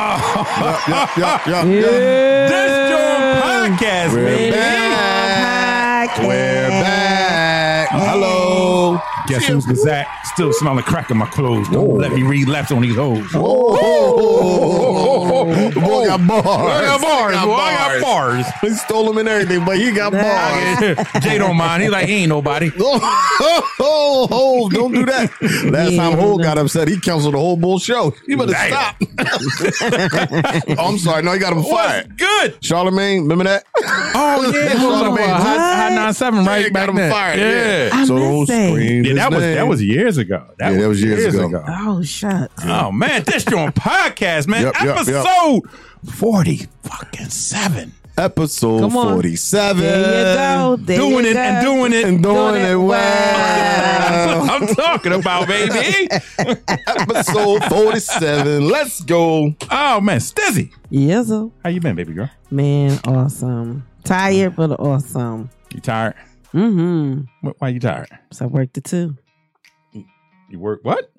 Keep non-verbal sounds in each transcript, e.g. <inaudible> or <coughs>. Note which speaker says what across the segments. Speaker 1: yep, yep, yep, yep,
Speaker 2: This Joe podcast,
Speaker 1: We're
Speaker 2: man.
Speaker 1: back. We're back.
Speaker 2: Hello. Guess who's the Zach? Still smelling crack in my clothes. Don't let me read left on these hoes.
Speaker 1: Oh, oh, oh, oh, oh. Boy got bars.
Speaker 2: I got bars,
Speaker 1: Got
Speaker 2: boy. I got bars.
Speaker 1: He stole them and everything, but he got
Speaker 2: <laughs>
Speaker 1: bars.
Speaker 2: Jay don't mind. He like, he ain't nobody.
Speaker 1: <laughs> Oh, oh, oh, don't do that. Last time Hole got upset, he canceled the whole bull show. You better
Speaker 2: Damn. <laughs>
Speaker 1: stop. oh, I'm sorry. No, he got him
Speaker 2: What's
Speaker 1: fired.
Speaker 2: good?
Speaker 1: Charlemagne, remember that?
Speaker 2: Oh, yeah.
Speaker 1: Charlamagne
Speaker 2: Well, well,
Speaker 1: just-
Speaker 2: High, high 97
Speaker 1: <laughs>
Speaker 2: right
Speaker 1: Yeah,
Speaker 2: back
Speaker 1: got him
Speaker 2: then.
Speaker 1: fired.
Speaker 2: Yeah.
Speaker 1: Yeah,
Speaker 3: I'm
Speaker 1: so don't
Speaker 3: insane.
Speaker 1: scream
Speaker 2: Yeah,
Speaker 1: his
Speaker 2: that was that
Speaker 1: name.
Speaker 2: was years ago. That,
Speaker 1: Yeah, that was years ago.
Speaker 3: Oh, shut.
Speaker 2: Oh man, this joint podcast, man.
Speaker 1: Yep, yep, yep.
Speaker 2: Episode forty fucking seven.
Speaker 1: episode
Speaker 3: Come on.
Speaker 1: 47.
Speaker 3: There you go. There
Speaker 2: doing
Speaker 3: you
Speaker 2: it
Speaker 3: go.
Speaker 2: and doing it.
Speaker 1: And doing,
Speaker 3: Doing
Speaker 1: it
Speaker 3: it
Speaker 1: well.
Speaker 2: That's
Speaker 3: <laughs>
Speaker 2: what I'm talking about, baby.
Speaker 1: <laughs> episode 47. Let's go.
Speaker 2: <laughs> Oh man, Stizzy,
Speaker 3: Yizzle.
Speaker 2: how you been, baby girl?
Speaker 3: Man, awesome. Tired, but awesome.
Speaker 2: You tired?
Speaker 3: Mm-hmm.
Speaker 2: Wh- Why you tired?
Speaker 3: So I worked the two.
Speaker 2: You work what?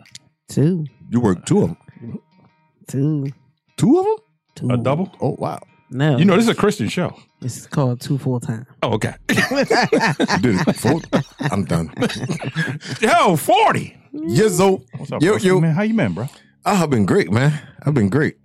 Speaker 3: Two.
Speaker 1: You worked two of them.
Speaker 3: Two.
Speaker 1: Two of them?
Speaker 3: Two.
Speaker 2: A double?
Speaker 1: Oh, wow.
Speaker 3: No.
Speaker 2: You know this is a Christian show.
Speaker 3: this is called two full time.
Speaker 2: Oh okay.
Speaker 1: You did it. Four. I'm done.
Speaker 2: <laughs> Yo, forty.
Speaker 1: Yizzo.
Speaker 2: What's up, bro?
Speaker 1: Yo, yo. Ah,
Speaker 2: man? How you been, bro?
Speaker 1: I've been great, man. I've been great.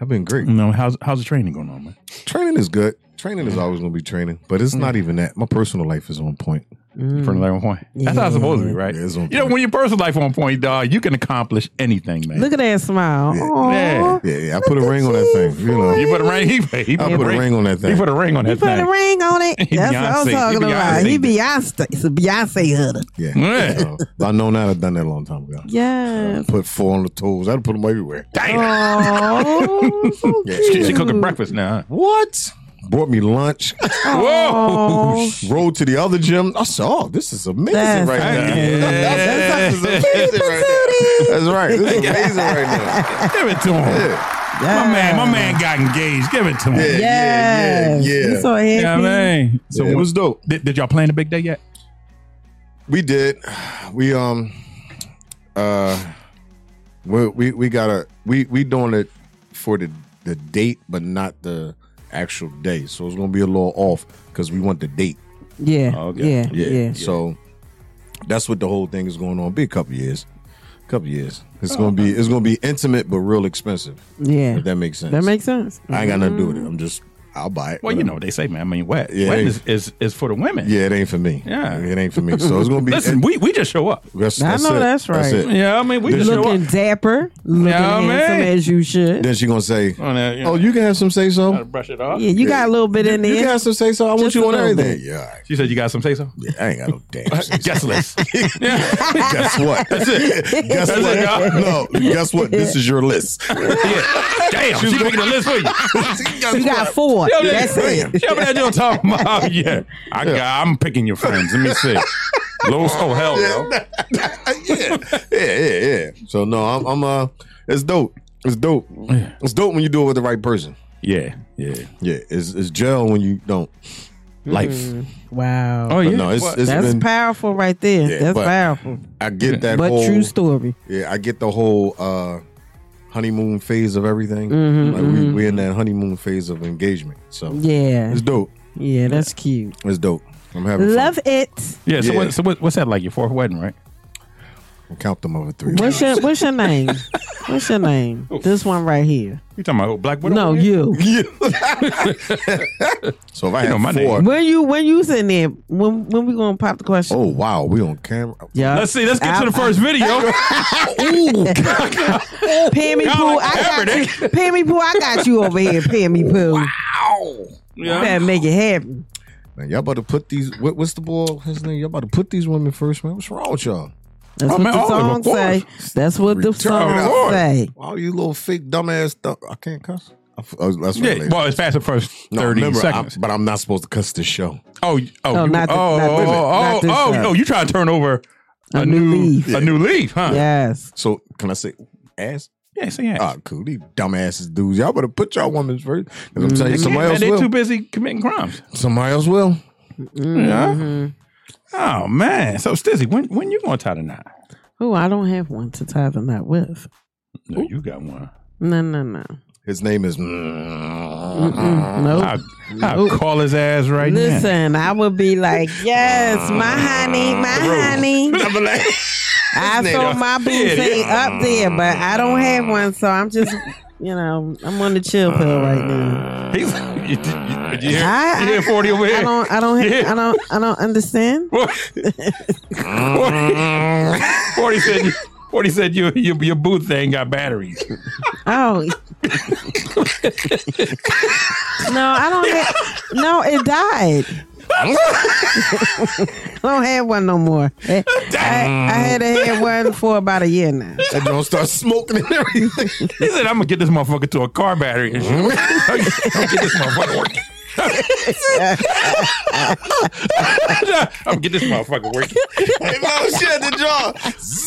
Speaker 1: I've been great.
Speaker 2: No, how's how's the training going on, man?
Speaker 1: Training is good. Training is always going to be training, but it's not even that. My personal life is on point.
Speaker 3: Mm.
Speaker 2: From like on point. That's how it's supposed to be, right?
Speaker 1: Yeah, it's on
Speaker 2: you know,
Speaker 1: point.
Speaker 2: when your personal life on point, dog, you can accomplish anything, man.
Speaker 3: Look at that smile.
Speaker 1: Yeah.
Speaker 3: Aw.
Speaker 2: Yeah.
Speaker 1: Yeah, yeah. I put a ring on that thing. You know,
Speaker 2: you put a ring. He, he
Speaker 1: I put a ring on that
Speaker 2: He
Speaker 1: thing.
Speaker 2: put a ring on
Speaker 3: He
Speaker 2: that
Speaker 3: put
Speaker 2: thing.
Speaker 3: a ring on it.
Speaker 2: He
Speaker 3: That's what I'm
Speaker 2: Beyonce.
Speaker 3: talking
Speaker 2: He
Speaker 3: about.
Speaker 2: Beyonce.
Speaker 3: He Beyonce. It's a Beyonce hood.
Speaker 1: Yeah.
Speaker 2: Yeah.
Speaker 1: So, if I know now. I've done that a long time ago. <laughs>
Speaker 3: Yes.
Speaker 1: Put four on the toes. I'd put them everywhere.
Speaker 3: Oh, so <laughs>
Speaker 1: Yeah.
Speaker 2: She, she
Speaker 3: cute.
Speaker 2: cooking breakfast now. Huh?
Speaker 1: What? Brought me lunch.
Speaker 3: Aw.
Speaker 1: Rode to the other gym. I said, "Oh, this is amazing
Speaker 3: That's
Speaker 1: right now.
Speaker 2: amazing.
Speaker 1: <laughs> That's, this is
Speaker 2: Yeah.
Speaker 1: amazing right now. That's right. <laughs> This is amazing right now.
Speaker 2: <laughs> Give it to him.
Speaker 3: Yeah.
Speaker 2: My man, my man got engaged. Give it to
Speaker 1: Yeah,
Speaker 2: him.
Speaker 1: yeah,
Speaker 3: Yes.
Speaker 1: yeah, yeah.
Speaker 3: You so happy.
Speaker 2: Yeah, man. So
Speaker 1: So it
Speaker 2: what-
Speaker 1: was dope.
Speaker 2: did, did y'all plan the big day yet?
Speaker 1: We did. We um, uh, we we, we got to we we doing it for the the date, but not the actual day. So it's gonna be a little off because we want the date.
Speaker 3: Yeah.
Speaker 2: Okay.
Speaker 3: Yeah.
Speaker 1: Yeah.
Speaker 3: Yeah.
Speaker 1: So that's what the whole thing is going on. Be a couple years. Couple years. It's gonna be it's gonna be intimate but real expensive.
Speaker 3: Yeah.
Speaker 1: If that makes sense.
Speaker 3: That makes Mm. sense.
Speaker 1: I ain't got nothing to do with it. I'm just I'll buy it.
Speaker 2: Well, you
Speaker 1: Whatever.
Speaker 2: know what they say, man. I mean, wet.
Speaker 1: Yeah.
Speaker 2: Wedding is, is, is for the women.
Speaker 1: Yeah, it ain't for me.
Speaker 2: Yeah.
Speaker 1: It ain't for me. So it's gonna
Speaker 2: <laughs>
Speaker 1: be
Speaker 2: Listen, we, we just show up.
Speaker 1: that's,
Speaker 3: I know
Speaker 1: it.
Speaker 3: that's right.
Speaker 1: it.
Speaker 2: Yeah, I mean, we just show
Speaker 3: looking
Speaker 2: up.
Speaker 3: dapper, looking
Speaker 2: Yeah,
Speaker 3: handsome
Speaker 2: man.
Speaker 3: as you should.
Speaker 1: Then she gonna say,
Speaker 2: On that, you know,
Speaker 1: Oh, you can have some say
Speaker 2: gotta
Speaker 1: so.
Speaker 2: brush it off.
Speaker 3: yeah, you got a little bit in
Speaker 1: You can
Speaker 3: there.
Speaker 1: have some say so. I want
Speaker 3: Just
Speaker 1: you
Speaker 3: a
Speaker 1: on
Speaker 3: little
Speaker 1: everything.
Speaker 3: bit.
Speaker 1: Yeah, all right.
Speaker 2: She said you got some say so.
Speaker 1: yeah, I ain't
Speaker 2: <laughs>
Speaker 1: got no damn say so.
Speaker 2: Guest list. yeah.
Speaker 1: Guess what? That's it. <laughs> Guess
Speaker 2: That's
Speaker 1: what?
Speaker 2: it, y'all.
Speaker 1: no, guess what? This is your list.
Speaker 2: <laughs>
Speaker 1: <laughs>
Speaker 2: yeah. Damn, she making a list for you.
Speaker 3: You got four.
Speaker 2: Yeah, yeah,
Speaker 3: That's
Speaker 2: yeah.
Speaker 3: it.
Speaker 2: Yeah, but that don't talk about. <laughs> Yeah, I got. I'm picking your friends. Let me see. Los, oh hell no.
Speaker 1: <laughs> yeah, yeah, yeah, yeah. So no, I'm, I'm uh, it's dope. It's dope. It's dope when you do it with the right person.
Speaker 2: Yeah, yeah.
Speaker 1: Yeah, it's it's jail when you don't. Life.
Speaker 3: Wow.
Speaker 2: Oh yeah.
Speaker 1: But no, it's,
Speaker 2: What?
Speaker 1: it's
Speaker 3: That's
Speaker 1: been.
Speaker 3: powerful right there.
Speaker 1: Yeah,
Speaker 3: That's
Speaker 1: but-
Speaker 3: powerful.
Speaker 1: I get that
Speaker 3: But
Speaker 1: whole.
Speaker 3: true story.
Speaker 1: yeah, I get the whole uh honeymoon phase of everything. like we we in that honeymoon phase of engagement. So
Speaker 3: Mm-hmm, Yeah.
Speaker 1: it's dope.
Speaker 3: Yeah, that's cute.
Speaker 1: It's dope. I'm having fun.
Speaker 3: Love it.
Speaker 2: yeah. So
Speaker 1: yeah.
Speaker 2: what? So what, what's that like? Your fourth wedding, right?
Speaker 1: I'll count them over three.
Speaker 3: What's your what's your name? What's your name? This one right here.
Speaker 2: You talking about black widow?
Speaker 3: No,
Speaker 2: over here?
Speaker 3: you.
Speaker 1: Yeah. <laughs> so if I
Speaker 2: know
Speaker 1: had
Speaker 2: my
Speaker 1: four,
Speaker 2: name.
Speaker 3: When you when you sitting there, when when we gonna pop the question?
Speaker 1: oh wow, we on camera.
Speaker 3: Yeah.
Speaker 2: Let's see. Let's get to the first video.
Speaker 3: <laughs>
Speaker 1: Oh,
Speaker 3: Pammy Pooh, I got you.
Speaker 2: Kaepernick.
Speaker 3: Pammy Pooh, I got you over here, Pammy Pooh. You
Speaker 2: yeah.
Speaker 3: better make it happen.
Speaker 1: Man, y'all about to put these. What, what's the boy? His name? Y'all about to put these women first, man. What's wrong with y'all?
Speaker 3: That's
Speaker 2: Oh,
Speaker 3: what
Speaker 2: man,
Speaker 3: the
Speaker 2: all of them,
Speaker 3: song
Speaker 2: of
Speaker 3: say. That's what the
Speaker 1: Return of the
Speaker 3: song
Speaker 1: Lord.
Speaker 3: say.
Speaker 1: All you little fake dumbass. Th- I can't cuss. I f- oh, that's right.
Speaker 2: Yeah,
Speaker 1: ladies.
Speaker 2: well, it's past the first
Speaker 1: No,
Speaker 2: thirty
Speaker 1: remember, I-
Speaker 2: seconds.
Speaker 1: but I'm not supposed to cuss this show.
Speaker 2: oh, you- oh,
Speaker 3: No,
Speaker 2: you,
Speaker 3: not the-
Speaker 2: oh,
Speaker 3: not
Speaker 2: oh,
Speaker 3: the-
Speaker 2: oh,
Speaker 3: not this
Speaker 2: oh,
Speaker 3: time.
Speaker 2: oh, you trying to turn over a,
Speaker 3: A new leaf.
Speaker 2: a new leaf, huh?
Speaker 3: Yes.
Speaker 1: So can I say ass?
Speaker 2: yeah. So yeah,
Speaker 1: Ah, cool. These dumbasses dudes. Y'all better put y'all women first. 'Cause I'm telling you,
Speaker 2: Mm-hmm. Yeah,
Speaker 1: somebody
Speaker 2: man,
Speaker 1: else
Speaker 2: they
Speaker 1: will.
Speaker 2: too busy committing crimes.
Speaker 1: somebody else will.
Speaker 3: Mm-hmm.
Speaker 2: Yeah. Oh man. So Stizzy, when when you gonna tie the knot?
Speaker 3: Oh, I don't have one to tie the knot with.
Speaker 2: No, you got one.
Speaker 3: No, no, no.
Speaker 1: His name is. mm,
Speaker 2: Ah,
Speaker 3: Nope.
Speaker 2: I, I'll call his ass right now.
Speaker 3: Listen, I would be like, yes,
Speaker 2: Ah,
Speaker 3: my honey, my
Speaker 2: <laughs>
Speaker 3: honey. I saw my boo thing up there, but I don't have one, so I'm just, you know, I'm on the chill pill right
Speaker 2: <laughs>
Speaker 3: now.
Speaker 2: He's, you, you, you hear,
Speaker 3: I,
Speaker 2: you hear Ah. 40 over here?
Speaker 3: I don't, I don't, I don't, I don't understand.
Speaker 2: What? Forty Forty said. you- Forty said your your, your booth thing got batteries.
Speaker 3: Oh. no, I don't. Have, no, it died.
Speaker 1: <laughs>
Speaker 3: I don't have one no more. I, I had had one for about a year now.
Speaker 1: That don't start smoking and
Speaker 3: <laughs>
Speaker 1: everything.
Speaker 2: He said, "I'm gonna get this motherfucker to a car battery." <laughs> And shit. I'm gonna get this motherfucker working. I'm gonna get this motherfucker working.
Speaker 1: oh shit! The jaw Zzz,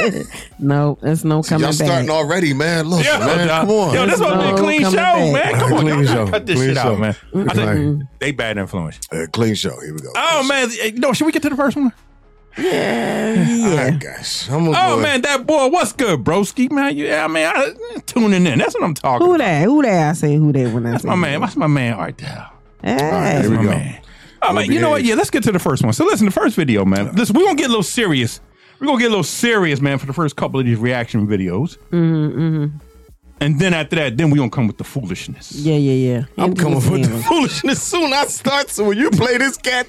Speaker 1: clear.
Speaker 3: No, there's no coming
Speaker 1: Y'all
Speaker 3: back.
Speaker 1: starting already, man. Look,
Speaker 2: Yo,
Speaker 1: man,
Speaker 2: nah.
Speaker 1: come on.
Speaker 2: yo, this supposed to be a
Speaker 3: No
Speaker 2: clean show,
Speaker 3: coming back.
Speaker 2: man. Come on,
Speaker 1: Clean
Speaker 2: y'all gotta
Speaker 1: show.
Speaker 2: cut this
Speaker 1: Clean
Speaker 2: shit out,
Speaker 1: show.
Speaker 2: man. I think
Speaker 1: Mhm.
Speaker 2: they bad influence.
Speaker 1: Uh, clean show. Here we go.
Speaker 2: Oh man, Hey, no, should we get to the first one?
Speaker 1: All
Speaker 3: yeah,
Speaker 1: right, guys. I'm gonna
Speaker 2: Oh
Speaker 1: go
Speaker 2: man, that boy, what's good, broski, man? You, yeah, I mean, I, tuning in. That's what I'm talking.
Speaker 3: who
Speaker 2: about.
Speaker 3: that? Who that? I say who that when I say
Speaker 2: My man, that's my man, Ardell.
Speaker 3: Hey.
Speaker 1: Here we
Speaker 2: my
Speaker 1: go.
Speaker 2: man. Oh, man,
Speaker 1: Obi
Speaker 2: you know what?
Speaker 1: Hayes.
Speaker 2: Yeah, let's get to the first one. So listen, the first video, man. Listen, we're gonna get a little serious. We're gonna get a little serious, man, for the first couple of these reaction videos. Mm-hmm, And then after that, then we're gonna come with the foolishness.
Speaker 1: <laughs>
Speaker 3: Yeah, yeah, yeah.
Speaker 1: I'm
Speaker 3: Anthony
Speaker 1: coming for the
Speaker 3: Samuel.
Speaker 1: foolishness soon. I start. So when you play this cat,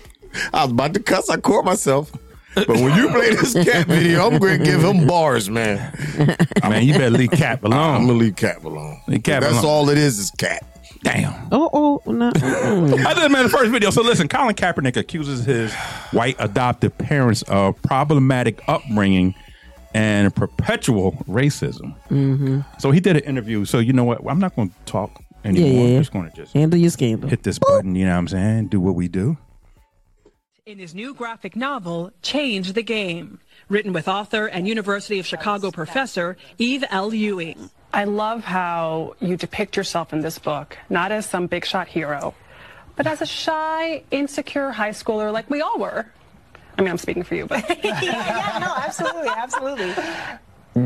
Speaker 1: I was about to cuss. I caught myself. But when you play this cat video, I'm going to give him bars, man.
Speaker 2: Man, you better leave Cap
Speaker 1: I'm
Speaker 2: alone.
Speaker 1: going to leave cat alone.
Speaker 2: Leave Cap
Speaker 1: That's
Speaker 2: alone.
Speaker 1: all it is, is cat.
Speaker 2: Damn.
Speaker 3: Oh, oh, no. mm-mm.
Speaker 2: I did man the first video. So listen, Colin Kaepernick accuses his white adoptive parents of problematic upbringing and perpetual racism.
Speaker 3: Mm-hmm.
Speaker 2: So he did an interview. So you know what? I'm not going to talk anymore.
Speaker 3: Yeah, yeah, yeah.
Speaker 2: I'm just going to just
Speaker 3: Handle
Speaker 1: <laughs>
Speaker 3: your scandal.
Speaker 2: hit this button. You know what I'm saying? Do what we do.
Speaker 4: in his new graphic novel, Change the Game, written with author and University of Chicago professor Eve L. Ewing.
Speaker 5: I love how you depict yourself in this book, not as some big shot hero, but as a shy, insecure high schooler like we all were. I mean, I'm speaking for you, but
Speaker 6: yeah, no, absolutely, absolutely.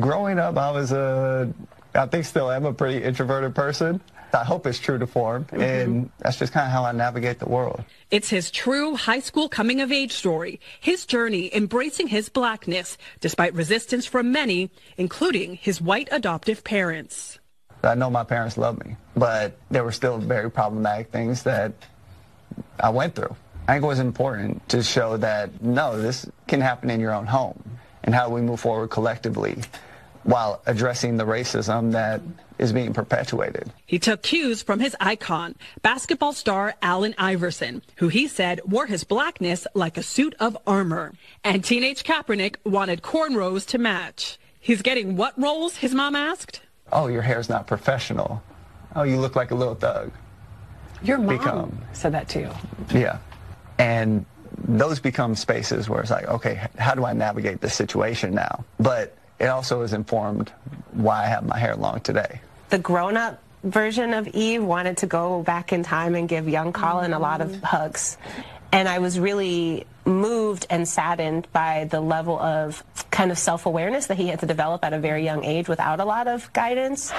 Speaker 7: Growing up, I was a, I think still am a pretty introverted person. I hope it's true to form, and that's just kind of how I navigate the world.
Speaker 4: It's his true high school coming of age story, his journey embracing his blackness despite resistance from many, including his white adoptive parents.
Speaker 7: I know my parents loved me, but there were still very problematic things that I went through. I think it was important to show that no, this can happen in your own home, and how we move forward collectively while addressing the racism that is being perpetuated.
Speaker 4: He took cues from his icon, basketball star Allen Iverson, who he said wore his blackness like a suit of armor. And teenage Kaepernick wanted cornrows to match. He's getting what roles, his mom asked?
Speaker 7: Oh, your hair's not professional. Oh, you look like a little thug.
Speaker 5: your mom
Speaker 7: Become.
Speaker 5: said that to you.
Speaker 7: Yeah. And those become spaces where it's like, okay, h- how do I navigate this situation now? But it also is informed why I have my hair long today.
Speaker 6: The grown up version of Eve wanted to go back in time and give young Colin a lot of
Speaker 5: Mm.
Speaker 6: hugs. And I was really moved and saddened by the level of kind of self awareness that he had to develop at a very young age without a lot of guidance.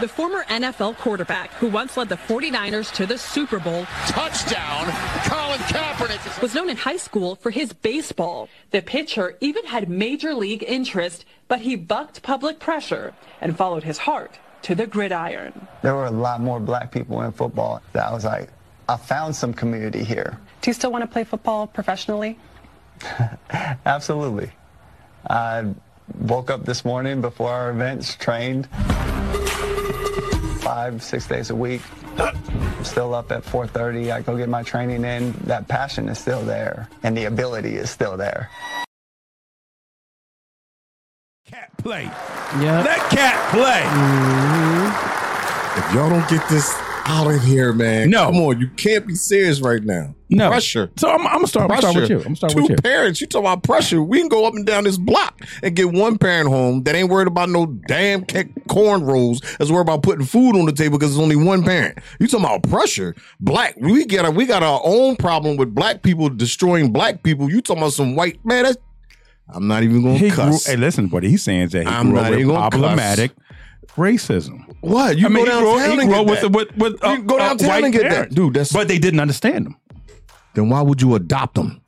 Speaker 4: The former NFL quarterback who once led the 49ers to the Super Bowl
Speaker 8: touchdown. Colin Kaepernick is
Speaker 4: was known in high school for his baseball. The pitcher even had major league interest, but he bucked public pressure and followed his heart to the gridiron.
Speaker 7: There were a lot more black people in football that I was like, I found some community here.
Speaker 5: Do you still want to play football professionally?
Speaker 7: Absolutely. I woke up this morning before our events, trained five, six days a week. I'm still up at 4.30. I go get my training in. That passion is still there, and the ability is still there.
Speaker 2: Cat play.
Speaker 3: Yep.
Speaker 2: Let cat play.
Speaker 1: If y'all don't get this out of here, man.
Speaker 2: No.
Speaker 1: Come on. You can't be serious right now.
Speaker 2: No
Speaker 1: Pressure.
Speaker 2: So I'm, I'm gonna start. I'm
Speaker 1: Pressure.
Speaker 2: gonna start with you. I'm gonna start
Speaker 1: Two
Speaker 2: with you.
Speaker 1: parents. You talking about pressure. We can go up and down this block and get one parent home that ain't worried about no damn ca- corn rolls. That's worried about putting food on the table because it's only one parent. You talking about pressure? Black. We got a, we got our own problem with black people destroying black people. You talking about some white man? That's, I'm not even gonna
Speaker 2: He grew,
Speaker 1: cuss.
Speaker 2: hey, listen, buddy. He's saying is that he
Speaker 1: I'm
Speaker 2: grew
Speaker 1: not
Speaker 2: up with
Speaker 1: even gonna
Speaker 2: problematic racism.
Speaker 1: What? You
Speaker 2: I mean,
Speaker 1: go
Speaker 2: he grew,
Speaker 1: downtown
Speaker 2: he
Speaker 1: and
Speaker 2: grew up
Speaker 1: get
Speaker 2: with,
Speaker 1: that.
Speaker 2: with with
Speaker 1: You go downtown
Speaker 2: white
Speaker 1: and get that.
Speaker 2: parents.
Speaker 1: Dude, that's-
Speaker 2: but they didn't understand him
Speaker 1: Then why would you adopt them?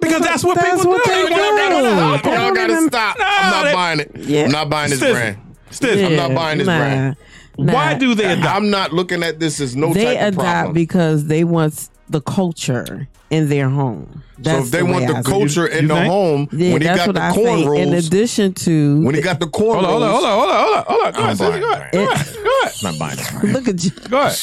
Speaker 2: because that's what
Speaker 3: That's
Speaker 2: people
Speaker 3: what
Speaker 2: do.
Speaker 3: they
Speaker 2: They want
Speaker 3: do.
Speaker 2: to-
Speaker 3: They
Speaker 1: Y'all
Speaker 3: don't
Speaker 1: gotta
Speaker 3: even-
Speaker 1: stop.
Speaker 2: Nah,
Speaker 1: I'm not
Speaker 2: they-
Speaker 1: buying it.
Speaker 3: Yeah.
Speaker 1: I'm not buying this
Speaker 2: Stizzle.
Speaker 1: brand.
Speaker 2: Stizzle.
Speaker 1: I'm not buying this
Speaker 3: nah,
Speaker 1: brand.
Speaker 3: nah.
Speaker 2: Why do they adopt?
Speaker 1: I'm not looking at this as no
Speaker 3: they
Speaker 1: type of
Speaker 3: adopt
Speaker 1: problem.
Speaker 3: because they want the culture in their home.
Speaker 1: so
Speaker 3: That's
Speaker 1: if they
Speaker 3: the way
Speaker 1: want
Speaker 3: I
Speaker 1: the
Speaker 3: see it.
Speaker 1: culture in
Speaker 2: You
Speaker 1: the
Speaker 2: think?
Speaker 1: home,
Speaker 3: Yeah,
Speaker 1: when he
Speaker 3: that's
Speaker 1: got
Speaker 3: what
Speaker 1: the
Speaker 3: I think. In
Speaker 1: cornrows,
Speaker 3: addition to,
Speaker 1: when he got the
Speaker 2: Hold
Speaker 1: cornrows,
Speaker 2: on, hold on, hold on, hold on, hold on, hold on. Go
Speaker 1: I'm
Speaker 2: ahead, Sissy,
Speaker 1: buying
Speaker 2: go
Speaker 1: it,
Speaker 2: ahead, go ahead, go ahead,
Speaker 1: I'm not buying this brand.
Speaker 3: <laughs> look
Speaker 1: <laughs>
Speaker 3: at you.
Speaker 2: go ahead.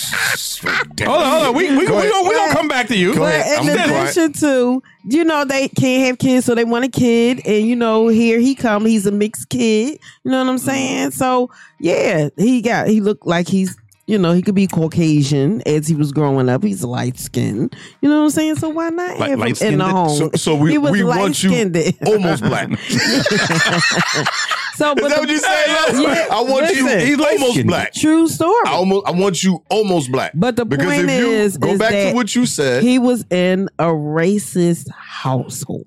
Speaker 2: Hold on, hold on. We we
Speaker 1: Go
Speaker 2: we
Speaker 1: ahead.
Speaker 2: gonna, we gonna come back to you.
Speaker 1: Go ahead.
Speaker 3: But in
Speaker 1: I'm quiet.
Speaker 3: addition to, you know, they can't have kids, so they want a kid, and you know, here he come. He's a mixed kid. You know what
Speaker 1: Mm-hmm.
Speaker 3: I'm saying? So yeah, he got he looked like he's. You know, he could be Caucasian as he was growing up. He's light skinned. You know what I'm saying? So why
Speaker 2: Like
Speaker 3: not have him in
Speaker 2: light-skinned?
Speaker 3: the home?
Speaker 1: So, so we,
Speaker 3: he was
Speaker 1: we want you
Speaker 3: light-skinned. <laughs>
Speaker 1: almost black. Is
Speaker 3: so,
Speaker 1: that
Speaker 3: but the-
Speaker 1: what you say?
Speaker 3: Yeah,
Speaker 1: I want
Speaker 3: listen.
Speaker 1: you almost
Speaker 2: light-skinned.
Speaker 1: black.
Speaker 3: True story.
Speaker 1: I almost I want you almost black.
Speaker 3: But the
Speaker 1: because
Speaker 3: point
Speaker 1: if you
Speaker 3: is-
Speaker 1: go
Speaker 3: is
Speaker 1: back to
Speaker 3: that
Speaker 1: what you said
Speaker 3: He was in a racist household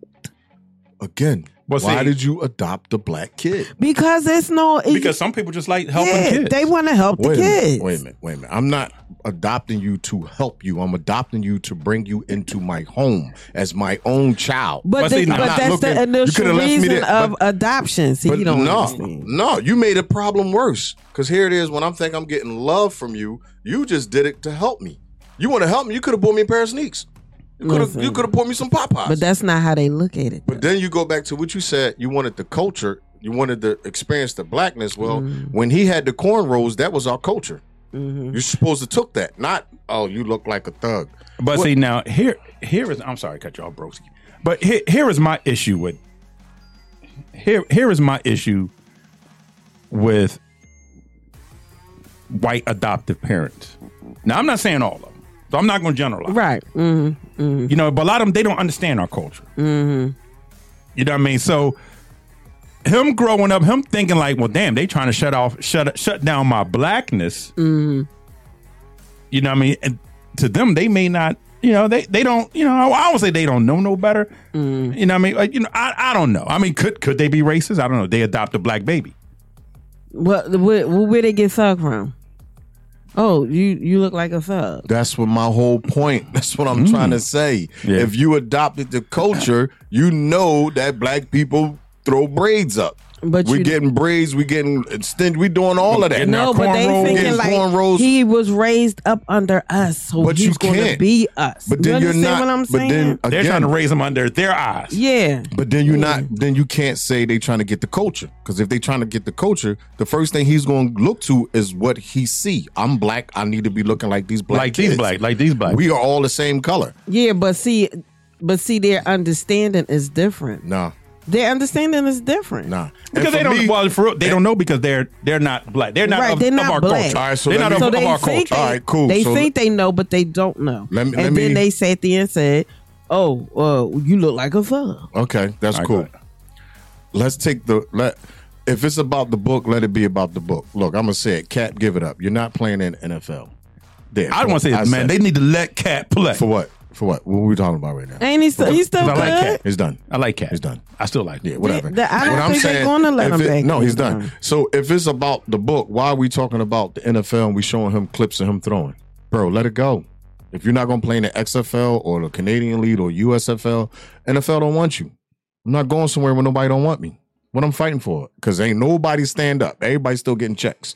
Speaker 1: again.
Speaker 2: But
Speaker 1: why
Speaker 2: see-
Speaker 1: did you adopt the black kid?
Speaker 3: because it's no. It,
Speaker 2: Because some people just like helping
Speaker 3: yeah,
Speaker 2: kids.
Speaker 3: they want to help the
Speaker 1: Wait a minute.
Speaker 3: kids.
Speaker 1: Wait a minute. Wait a minute. I'm not adopting you to help you. I'm adopting you to bring you into my home as my own child.
Speaker 3: But,
Speaker 2: But
Speaker 3: the-
Speaker 2: see, now-
Speaker 3: but
Speaker 2: I'm not
Speaker 3: that's
Speaker 1: looking-
Speaker 3: the
Speaker 1: you
Speaker 3: initial
Speaker 1: coulda left me
Speaker 3: reason
Speaker 1: there,
Speaker 3: of
Speaker 1: but-
Speaker 3: adoption. See,
Speaker 1: But
Speaker 3: you don't
Speaker 1: no,
Speaker 3: understand.
Speaker 1: no, you made the problem worse. Cause here it is. When I'm thinking I'm getting love from you, you just did it to help me. You want to help me? You could have bought me a pair of sneaks. You could have.
Speaker 3: Listen.
Speaker 1: You could have bought me some Popeyes.
Speaker 3: But that's not how they look at it.
Speaker 1: But then you go back to what you said. You wanted the culture. You wanted to experience the blackness. Well,
Speaker 3: Mm-hmm.
Speaker 1: when he had the cornrows, that was our culture. You're supposed to took that, not oh, you look like a thug.
Speaker 2: But see now here here is I'm sorry, to cut y'all broski. But here here is my issue with here here is my issue with white adoptive parents. Now I'm not saying all of them. So I'm not gonna generalize.
Speaker 3: Right. Mm,
Speaker 2: You know, but a lot of them they don't understand our culture.
Speaker 3: Mm-hmm.
Speaker 2: You know what I mean? So him growing up, him thinking like, well, damn, they trying to shut off, shut shut down my blackness.
Speaker 3: Mm-hmm.
Speaker 2: You know what I mean? And to them, they may not. You know, they they don't. You know, I would say they don't know no better.
Speaker 3: Mm-hmm.
Speaker 2: You know what I mean? Like, you know, I I don't know. I mean, could could they be racist? I don't know. They adopt a black baby.
Speaker 3: What? Where, where they get sucked from? Oh, you you look like a thug.
Speaker 1: That's what my whole point. <laughs> That's what I'm trying to say.
Speaker 2: Mm. Yeah.
Speaker 1: If you adopted the culture, you know that black people throw braids up.
Speaker 3: But
Speaker 1: we're
Speaker 3: you-
Speaker 1: getting braids. We're getting extended. We're doing all of that.
Speaker 2: Getting our
Speaker 3: No, but they
Speaker 2: cornrows.
Speaker 3: thinking
Speaker 1: Getting
Speaker 3: like
Speaker 1: cornrows.
Speaker 3: he was raised up under us, so
Speaker 1: But you
Speaker 3: he's going to
Speaker 1: can't.
Speaker 3: be us.
Speaker 1: But
Speaker 3: you
Speaker 1: then you are
Speaker 3: understand
Speaker 1: not.
Speaker 3: what I'm
Speaker 1: but
Speaker 3: saying?
Speaker 1: then
Speaker 2: They're
Speaker 1: again,
Speaker 2: trying to raise them under their eyes.
Speaker 3: yeah.
Speaker 1: But then you're not. Then you can't say they trying to get the culture. Because if they trying to get the culture, the first thing he's going to look to is what he see. I'm black. I need to be looking like these black.
Speaker 2: Like these
Speaker 1: kids.
Speaker 2: black- like these black.
Speaker 1: We are all the same color.
Speaker 3: Yeah, but see, but see, their understanding is different.
Speaker 1: Nah,
Speaker 3: Their understanding is different.
Speaker 1: nah.
Speaker 2: Because they don't.
Speaker 1: Me,
Speaker 2: well, for real, they don't know because they're they're not black. They're not
Speaker 3: Right,
Speaker 2: of,
Speaker 3: they're
Speaker 2: of
Speaker 3: not
Speaker 2: our
Speaker 3: black.
Speaker 2: culture.
Speaker 1: All right, so
Speaker 2: they're not
Speaker 1: let me-
Speaker 2: of,
Speaker 3: So
Speaker 2: of
Speaker 3: they
Speaker 2: our
Speaker 3: think
Speaker 2: culture.
Speaker 3: they,
Speaker 1: All right, cool.
Speaker 3: they
Speaker 1: So
Speaker 3: think they know, but they don't know.
Speaker 1: Let me-
Speaker 3: and
Speaker 1: let
Speaker 3: then
Speaker 1: me-
Speaker 3: they sat there and said, "Oh, uh, you look like a thug."
Speaker 1: okay, that's
Speaker 2: All right, go
Speaker 1: cool.
Speaker 2: ahead.
Speaker 1: Let's take the let. If it's about the book, let it be about the book. Look, I'm gonna say it. Cap, give it up. You're not playing in NFL. There,
Speaker 2: I don't want to say this, man.
Speaker 1: said
Speaker 2: They
Speaker 1: it.
Speaker 2: need to let Cat play.
Speaker 1: for what? For what? What are we talking about right now?
Speaker 3: Ain't he still? He's still
Speaker 2: I
Speaker 3: good.
Speaker 2: like that.
Speaker 1: It's done.
Speaker 2: I like Cat.
Speaker 1: He's done.
Speaker 2: I still like.
Speaker 1: Yeah, whatever.
Speaker 3: the- I don't
Speaker 1: What I'm
Speaker 3: think they're
Speaker 1: saying,
Speaker 3: gonna let
Speaker 1: if
Speaker 3: him Mm.
Speaker 1: it-
Speaker 3: back
Speaker 1: No,
Speaker 3: in.
Speaker 1: he's done. So if it's about the book, why are we talking about the NFL and we showing him clips of him throwing? Bro, let it go. If you're not gonna play in the XFL or the Canadian League or USFL, NFL don't want you. I'm not going somewhere where nobody don't want me. What I'm fighting for? Because ain't nobody stand up. Everybody's still getting checks.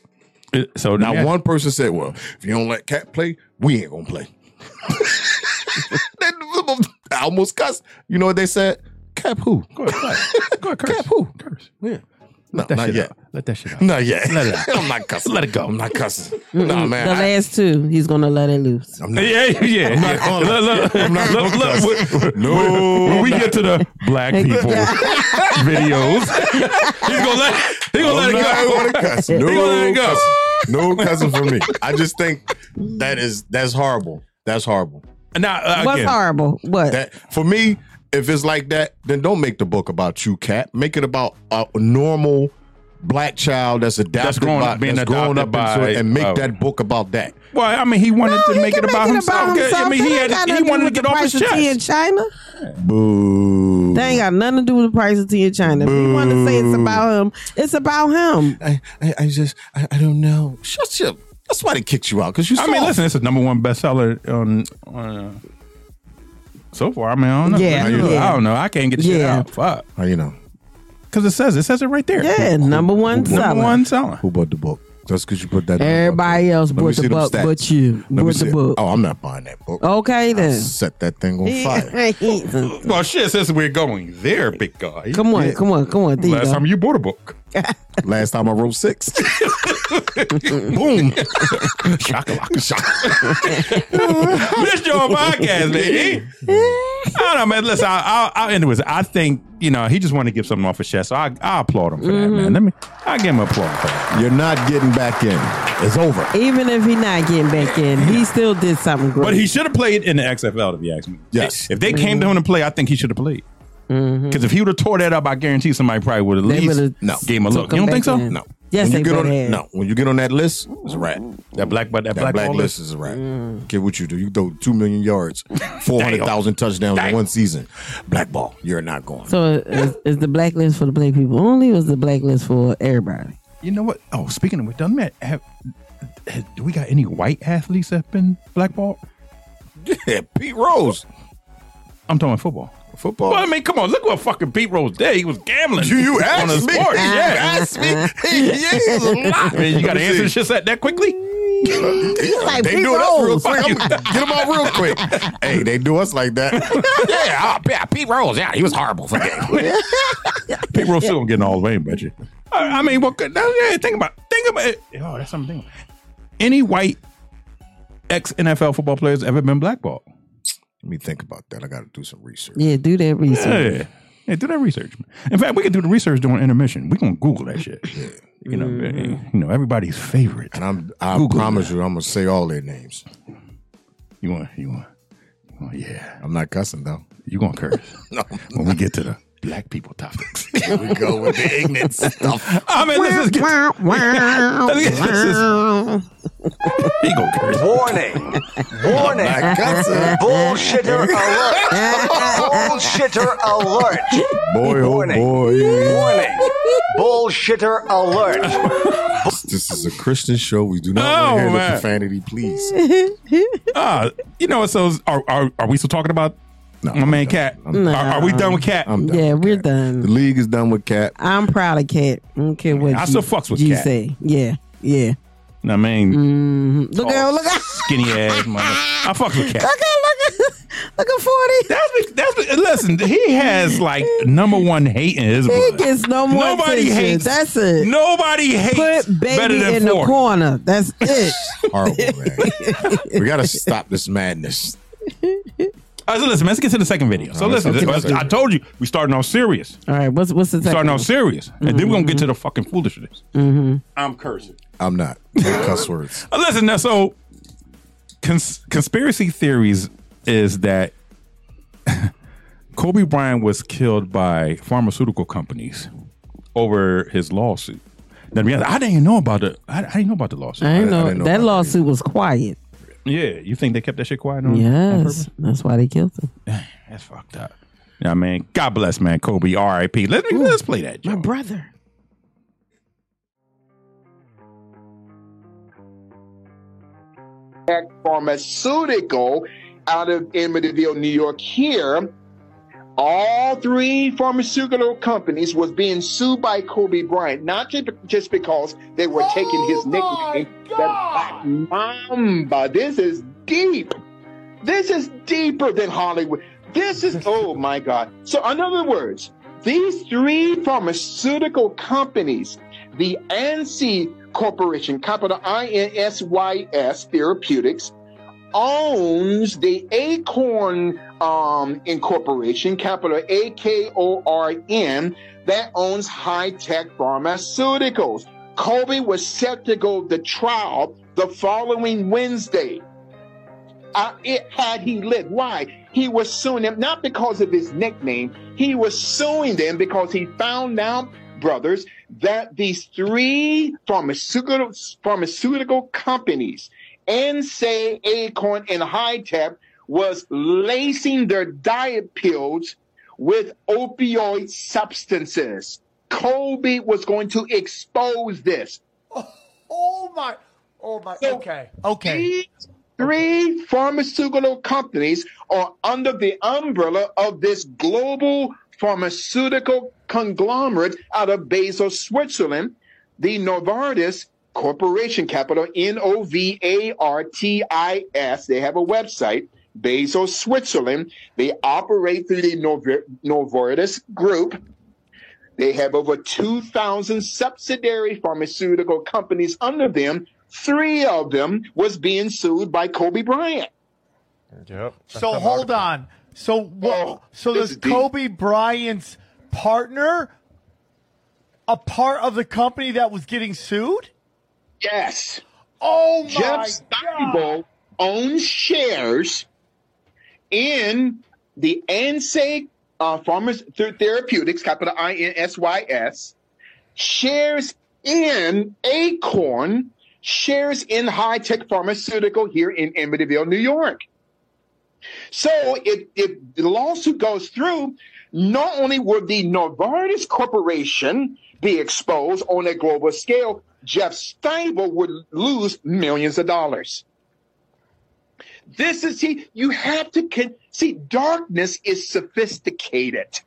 Speaker 2: It. So now
Speaker 1: Not
Speaker 2: one.
Speaker 1: one person said, "Well, if you don't let Cat play, we ain't
Speaker 2: <laughs>
Speaker 1: gonna play." <laughs> I almost cussed. You know what they said? Cap who?
Speaker 2: Go ahead, play. Go ahead, <laughs> curse.
Speaker 1: Cap who?
Speaker 2: Curse.
Speaker 1: Yeah. No,
Speaker 2: That
Speaker 1: not
Speaker 2: shit
Speaker 1: yet.
Speaker 2: Out. Let that shit out.
Speaker 1: Not yet.
Speaker 2: Let it out.
Speaker 1: <laughs> I'm not cussing.
Speaker 2: Let it go.
Speaker 1: I'm not cussing. nah, Oh, man.
Speaker 3: the
Speaker 1: I-
Speaker 3: last two, he's gonna let it loose.
Speaker 1: I'm not.
Speaker 2: Yeah, yeah, yeah. yeah. Look, look,
Speaker 1: not
Speaker 2: look,
Speaker 1: gonna
Speaker 2: look, look.
Speaker 1: No,
Speaker 2: When
Speaker 1: I'm
Speaker 2: we
Speaker 1: not.
Speaker 2: get to the black people <laughs> videos, he's gonna let he's gonna let
Speaker 1: I'm not
Speaker 2: it
Speaker 1: gonna
Speaker 2: go.
Speaker 1: cuss.
Speaker 2: He gonna let
Speaker 1: No
Speaker 2: it go.
Speaker 1: cussing. No cussing for me. I just think that is that's horrible. That's horrible.
Speaker 2: Now uh,
Speaker 3: What's
Speaker 2: again,
Speaker 3: horrible? What?
Speaker 1: That for me, if it's like that, then don't make the book about you, cat. Make it about a normal black child that's adapted
Speaker 2: grown
Speaker 1: by,
Speaker 2: up- being
Speaker 1: that's grown
Speaker 2: adopted
Speaker 1: up into it
Speaker 2: by-
Speaker 1: and make
Speaker 2: oh.
Speaker 1: that book about that.
Speaker 2: Well, I mean, he wanted
Speaker 3: No,
Speaker 2: to
Speaker 3: you
Speaker 2: make
Speaker 3: can
Speaker 2: it about
Speaker 3: make
Speaker 2: himself. I mean,
Speaker 3: That
Speaker 2: he
Speaker 3: ain't
Speaker 2: had
Speaker 3: got
Speaker 2: he
Speaker 3: nothing
Speaker 2: wanted to
Speaker 3: with
Speaker 2: get
Speaker 3: the
Speaker 2: off
Speaker 3: price
Speaker 2: his
Speaker 3: of tea in
Speaker 2: chest.
Speaker 3: China.
Speaker 1: Boo.
Speaker 2: Boo.
Speaker 3: They ain't got nothing to do with the price of tea in China. If you want to say it's about him, it's about him.
Speaker 1: I, I, I just, I, I don't know. Shut up. That's why they kicked you out because you.
Speaker 2: I mean, listen, it's the number one bestseller on, on uh, so far. I mean, I don't know.
Speaker 3: Yeah,
Speaker 2: I, don't-
Speaker 3: yeah.
Speaker 2: I don't know. I can't get shit
Speaker 3: Yeah.
Speaker 2: out. Fuck,
Speaker 1: How you know?
Speaker 2: because it says it says it right there.
Speaker 3: Yeah, number one
Speaker 2: number
Speaker 3: seller.
Speaker 2: one seller.
Speaker 1: Who bought the book? Just because you put that. in the
Speaker 3: Everybody
Speaker 1: book.
Speaker 3: else
Speaker 1: Let me
Speaker 3: bought
Speaker 1: see
Speaker 3: the
Speaker 1: them
Speaker 3: book,
Speaker 1: stats.
Speaker 3: but you
Speaker 1: Let me
Speaker 3: bought the
Speaker 1: see-
Speaker 3: book.
Speaker 1: Oh, I'm not buying that book.
Speaker 3: Okay
Speaker 1: I
Speaker 3: then.
Speaker 1: set that thing on fire.
Speaker 3: Ethan,
Speaker 2: Well, shit, since we're going there, big guy.
Speaker 3: <laughs> come on, come on, come on. There you
Speaker 2: Last
Speaker 3: go.
Speaker 2: time you bought a book,
Speaker 1: Last time I wrote
Speaker 3: <laughs>
Speaker 1: six.
Speaker 2: <laughs>
Speaker 1: Boom. Shock.
Speaker 2: this your <laughs> podcast, baby. I don't know, man. Listen, I, I'll, I'll end it with this. I think you know he just wanted to give something off his chest, so I, I applaud him for
Speaker 3: Mm-hmm.
Speaker 2: that, man. Let me, I give him applause for that.
Speaker 1: You're not getting back in. It's over.
Speaker 3: Even if he not getting back in, he still did something great.
Speaker 2: But he should have played in the XFL, if you ask me.
Speaker 1: Yes.
Speaker 2: If they came to him to play, I think he should have played. Because if he would have tore that up, I guarantee somebody probably would at
Speaker 3: Mm-hmm. They
Speaker 2: least
Speaker 3: would've
Speaker 1: No.
Speaker 2: gave him a
Speaker 3: took
Speaker 2: look. You
Speaker 3: him
Speaker 2: don't think
Speaker 3: back
Speaker 2: so?
Speaker 3: in.
Speaker 1: No.
Speaker 3: Yes,
Speaker 1: when you
Speaker 3: they
Speaker 1: get on,
Speaker 3: would have.
Speaker 1: No. When you get on that list, it's a wrap.
Speaker 2: That black, but that,
Speaker 1: That
Speaker 2: black,
Speaker 1: black
Speaker 2: ball
Speaker 1: list
Speaker 2: is-
Speaker 1: is a wrap.
Speaker 3: Mm.
Speaker 1: Get what you do. You throw two
Speaker 2: <laughs>
Speaker 1: million yards, four hundred thousand touchdowns
Speaker 2: Damn.
Speaker 1: in one season. Black ball. You're not going.
Speaker 3: so is, is the blacklist for the black people only? Or is the blacklist for everybody?
Speaker 2: You know what? Oh, speaking of which, doesn't that have, have- do we got any white athletes that been blackballed?
Speaker 1: <laughs> yeah, Pete Rose.
Speaker 2: I'm talking football.
Speaker 1: Football.
Speaker 2: Well, I mean, come on, look what fucking Pete Rose did. He was
Speaker 1: <laughs>
Speaker 2: gambling.
Speaker 1: You, you asked
Speaker 2: on a
Speaker 1: me.
Speaker 2: sport.
Speaker 1: You
Speaker 2: yeah.
Speaker 1: asked
Speaker 3: <laughs>
Speaker 1: me. Yeah, he's a lot.
Speaker 2: Man, you got to
Speaker 1: Let me
Speaker 2: answer
Speaker 1: see.
Speaker 2: shit that, that quickly?
Speaker 3: like,
Speaker 1: they
Speaker 3: Pete
Speaker 1: do it us real
Speaker 3: Rose.
Speaker 1: quick. I'm- get them out real <laughs> quick. hey, they do us like that. <laughs> yeah, oh, yeah, Pete Rose. Yeah, he was horrible for that.
Speaker 2: Pete Rose still gonna get in the Hall of Fame, bet you. I, I mean, what could? Now, yeah, think about, think about it. Oh, that's something. to think about. Any white ex NFL football players ever been blackballed?
Speaker 1: Let me think about that. I got to do some research.
Speaker 3: Yeah, do that research.
Speaker 2: Yeah. Yeah, do that research. In fact, we can do the research during intermission. We gonna Google that shit. You know, you know everybody's favorite.
Speaker 1: And I'm, I
Speaker 2: Google
Speaker 1: promise you, I'm gonna say all their names.
Speaker 2: You want? You want? you want- Yeah,
Speaker 1: I'm not cussing though. <laughs>
Speaker 2: you gonna curse
Speaker 1: No,
Speaker 2: when we get to the black people topics.
Speaker 1: <laughs> here we go with the ignorant <laughs> stuff.
Speaker 2: <laughs> I mean, let's just get.
Speaker 3: Wow, wow,
Speaker 2: Let's get this is-
Speaker 3: wow.
Speaker 2: He gonna curse.
Speaker 9: Warning. Warning.
Speaker 1: <laughs> Not cussing.
Speaker 9: Bullshitter alert. Bullshitter alert.
Speaker 1: Boy, oh
Speaker 9: Warning.
Speaker 1: boy.
Speaker 9: Warning. Bullshitter alert.
Speaker 1: This is a Christian show. We do not
Speaker 2: Oh,
Speaker 1: want to hear
Speaker 2: man.
Speaker 1: the profanity, please.
Speaker 2: Ah, you know what? So are, are are we still talking about
Speaker 1: <laughs> No,
Speaker 2: my
Speaker 1: I'm
Speaker 2: man
Speaker 1: done.
Speaker 2: Cat?
Speaker 1: I'm
Speaker 2: Are, are we done with Cat?
Speaker 1: I'm
Speaker 2: <laughs>
Speaker 1: done.
Speaker 3: <laughs> Yeah,
Speaker 1: with
Speaker 3: we're
Speaker 1: Cat.
Speaker 3: done.
Speaker 1: The league is done with Cat.
Speaker 3: I'm proud of Cat. I don't care what
Speaker 2: I
Speaker 3: you,
Speaker 2: still fucks with
Speaker 3: you
Speaker 2: Cat.
Speaker 3: say. Yeah, yeah.
Speaker 2: No, I mean
Speaker 3: Mm. Look
Speaker 2: Oh.
Speaker 3: at look at <laughs>
Speaker 2: skinny ass mother. I fuck with Cat.
Speaker 3: look at look at look at forty.
Speaker 2: That's be- that's be- listen. He has like number one hate in his
Speaker 3: He
Speaker 2: blood.
Speaker 3: gets no more
Speaker 2: Nobody
Speaker 3: attention.
Speaker 2: hates.
Speaker 3: That's it.
Speaker 2: Nobody hates <laughs>
Speaker 3: Put
Speaker 2: better
Speaker 3: baby
Speaker 2: than
Speaker 3: in the
Speaker 2: Ford.
Speaker 3: corner. That's
Speaker 2: <laughs>
Speaker 3: it.
Speaker 1: Horrible, man. we got to stop this madness.
Speaker 2: All right, Uh, so listen, let's get to the second video. So
Speaker 1: All right,
Speaker 2: listen,
Speaker 1: let's get to the
Speaker 2: I told you we starting off serious.
Speaker 3: All right. What's what's the
Speaker 2: Starting
Speaker 3: second?
Speaker 2: off serious, and then we're gonna
Speaker 3: Mm-hmm.
Speaker 2: get to the fucking foolishness. Mm-hmm. I'm cursing.
Speaker 1: I'm not. No cuss words.
Speaker 2: Uh, Listen, now, so cons- conspiracy theories is that <laughs> Kobe Bryant was killed by pharmaceutical companies over his lawsuit. Now, to be honest, I didn't know about the I, I didn't know about the lawsuit.
Speaker 3: I didn't
Speaker 1: I- I
Speaker 3: know,
Speaker 1: didn't know
Speaker 3: that
Speaker 1: about that
Speaker 3: lawsuit was quiet.
Speaker 2: yeah, you think they kept that shit quiet? Mm-hmm. On, on purpose?
Speaker 3: Yes, that's why they killed him.
Speaker 2: that's fucked up. Yeah, man. God bless, man. Kobe, R.I.P. Let me let's play that.
Speaker 3: My
Speaker 2: joint.
Speaker 3: brother.
Speaker 10: Pharmaceutical out of Amityville, New York here. All three pharmaceutical companies was being sued by Kobe Bryant, not ju- just because they were taking his nickname, that Black Mamba. This is deep. This is deeper than Hollywood. This is, oh my God. So, in other words, these three pharmaceutical companies, the ANSI Corporation, capital I N S Y S Therapeutics, owns the Acorn um, Incorporation, capital A K O R N, that owns high tech pharmaceuticals. Kobe was set to go to trial the following Wednesday. Uh, it had he lived. Why? He was suing them not because of his nickname. He was suing them because he found out, brothers, that these three pharmaceutical pharmaceutical companies, Ensay, Acorn, and High Tech, was lacing their diet pills with opioid substances. Kobe was going to expose this.
Speaker 11: Oh my! Oh my! Okay. Okay.
Speaker 10: Three pharmaceutical companies are under the umbrella of this global pharmaceutical conglomerate out of Basel, Switzerland, the Novartis Corporation, capital N O V A R T I S. They have a website, Basel, Switzerland. They operate through the Nov- Novartis Group. They have over 2,000 subsidiary pharmaceutical companies under them. Three of them was being sued by Kobe Bryant.
Speaker 11: Yep. So hold on. So what? so
Speaker 10: Oh, this
Speaker 11: does
Speaker 10: is deep.
Speaker 11: Kobe Bryant's partner a part of the company that was getting sued?
Speaker 10: Yes.
Speaker 11: Oh my
Speaker 10: Jeff Steinberg owns shares in the ANSAID uh, Pharmas- Th- Therapeutics, capital I N S Y S, shares in Acorn, shares in High Tech Pharmaceutical here in Amityville, New York. So if, if the lawsuit goes through, not only will the Novartis Corporation be exposed on a global scale, Jeff Steinberg would lose millions of dollars. This is see, you have to con- see darkness is sophisticated.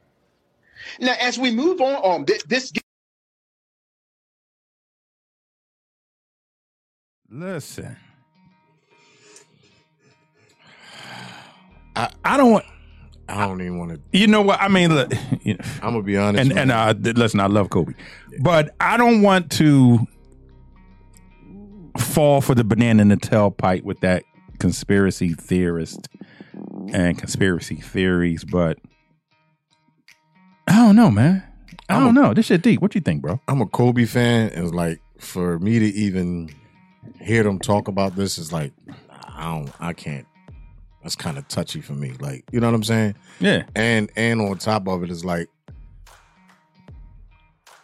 Speaker 10: Now, as we move on, on thi- this
Speaker 2: Listen. <sighs> I, I don't want.
Speaker 1: I don't even want to.
Speaker 2: You know what? I mean, look, <laughs> you know,
Speaker 1: I'm gonna be honest.
Speaker 2: and and uh, th- listen, I love Kobe, but I don't want to fall for the banana in the tailpipe with that conspiracy theorist and conspiracy theories. But I don't know, man. I don't know. This shit deep. What you think, bro?
Speaker 1: I'm a Kobe fan, and it's like for me to even hear them talk about this is like I don't, I can't. That's kind of touchy for me. Like, you know what I'm saying?
Speaker 2: Yeah.
Speaker 1: And and on top of it is like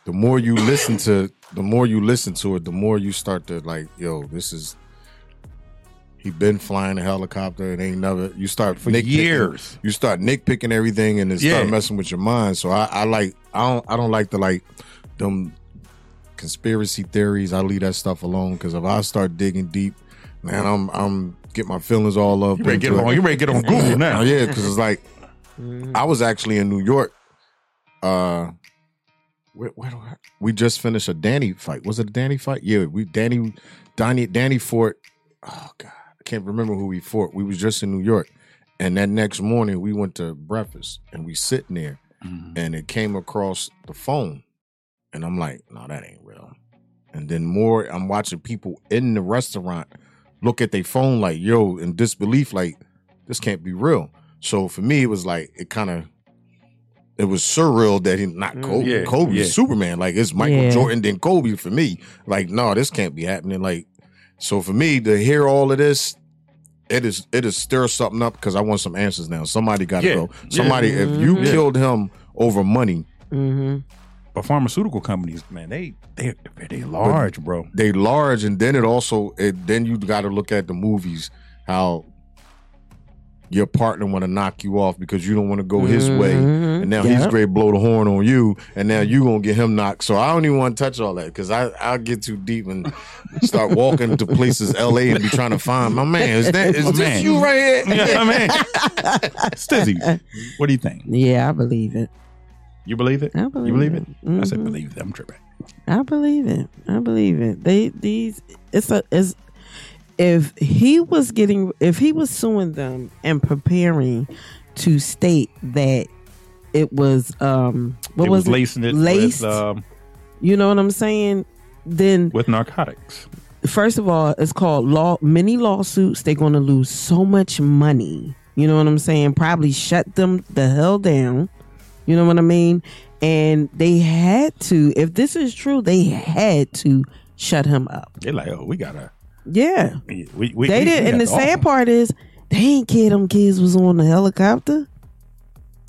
Speaker 1: the more you listen to the more you listen to it, the more you start to like, yo, this is he been flying a helicopter and ain't never you start for
Speaker 2: years.
Speaker 1: You start nitpicking everything and it start
Speaker 2: Yeah.
Speaker 1: messing with your mind. So I, I like I don't I don't like the like them conspiracy theories. I leave that stuff alone because if I start digging deep, man, I'm I'm get my feelings all up.
Speaker 2: You ready to get
Speaker 1: into
Speaker 2: on-
Speaker 1: it.
Speaker 2: you ready to get on Google now.
Speaker 1: yeah, because it's like I was actually in New York. Uh, where, where do I, we just finished a Danny fight? Was it a Danny fight? Yeah, we Danny, Danny, Danny fought. Oh God, I can't remember who we fought. We was just in New York, and that next morning we went to breakfast and we sitting there, and it came across the phone, and I'm like, no, that ain't real. And then more, I'm watching people in the restaurant look at their phone like, yo, in disbelief, like this can't be real. So for me, it was like it kind of it was surreal that he not
Speaker 2: Mm,
Speaker 1: Kobe,
Speaker 2: yeah,
Speaker 1: Kobe,
Speaker 2: yeah.
Speaker 1: Superman. Like it's Michael
Speaker 3: Yeah.
Speaker 1: Jordan then Kobe for me. Like no, this can't be happening. Like so for me to hear all of this, it is it is stir something up because I want some answers now. Somebody got to
Speaker 2: Yeah,
Speaker 1: go.
Speaker 2: yeah.
Speaker 1: Somebody, if you
Speaker 2: Yeah.
Speaker 1: killed him over money,
Speaker 3: Mm-hmm.
Speaker 2: But pharmaceutical companies, man, they they they large, bro.
Speaker 1: they large, and then it also it, then you got to look at the movies how. Your partner want to knock you off because you don't want to go his way, and now he's
Speaker 3: Yep.
Speaker 1: great blow the horn on you, and now you gonna get him knocked. So I don't even want to touch all that because I I get too deep and start walking to places L.A. and be trying to find my man. Is that is
Speaker 2: My
Speaker 1: this
Speaker 2: man.
Speaker 1: you right here?
Speaker 2: <laughs> You know what I mean? Stizzy, what do you think?
Speaker 3: Yeah, I believe it.
Speaker 2: You believe it?
Speaker 3: I believe
Speaker 2: you believe it? Mm-hmm.
Speaker 3: it.
Speaker 2: I said
Speaker 3: Mhm.
Speaker 2: believe it. I'm tripping.
Speaker 3: I believe it. I believe it. They these it's a it's if he was getting if he was suing them and preparing to state that it was um what
Speaker 2: it was,
Speaker 3: was, it?
Speaker 2: lacing it
Speaker 3: laced.
Speaker 2: with um,
Speaker 3: you know what I'm saying? Then
Speaker 2: with narcotics.
Speaker 3: first of all, it's called law many lawsuits. They're going to lose so much money. You know what I'm saying? Probably shut them the hell down. You know what I mean? And they had to. If this is true, they had to shut him up.
Speaker 2: They're like, oh, we gotta.
Speaker 3: Yeah,
Speaker 2: We, we, we
Speaker 3: they did.
Speaker 2: We
Speaker 3: not And the
Speaker 2: got
Speaker 3: sad
Speaker 2: offer.
Speaker 3: part is, they ain't care. Them kids was on the helicopter.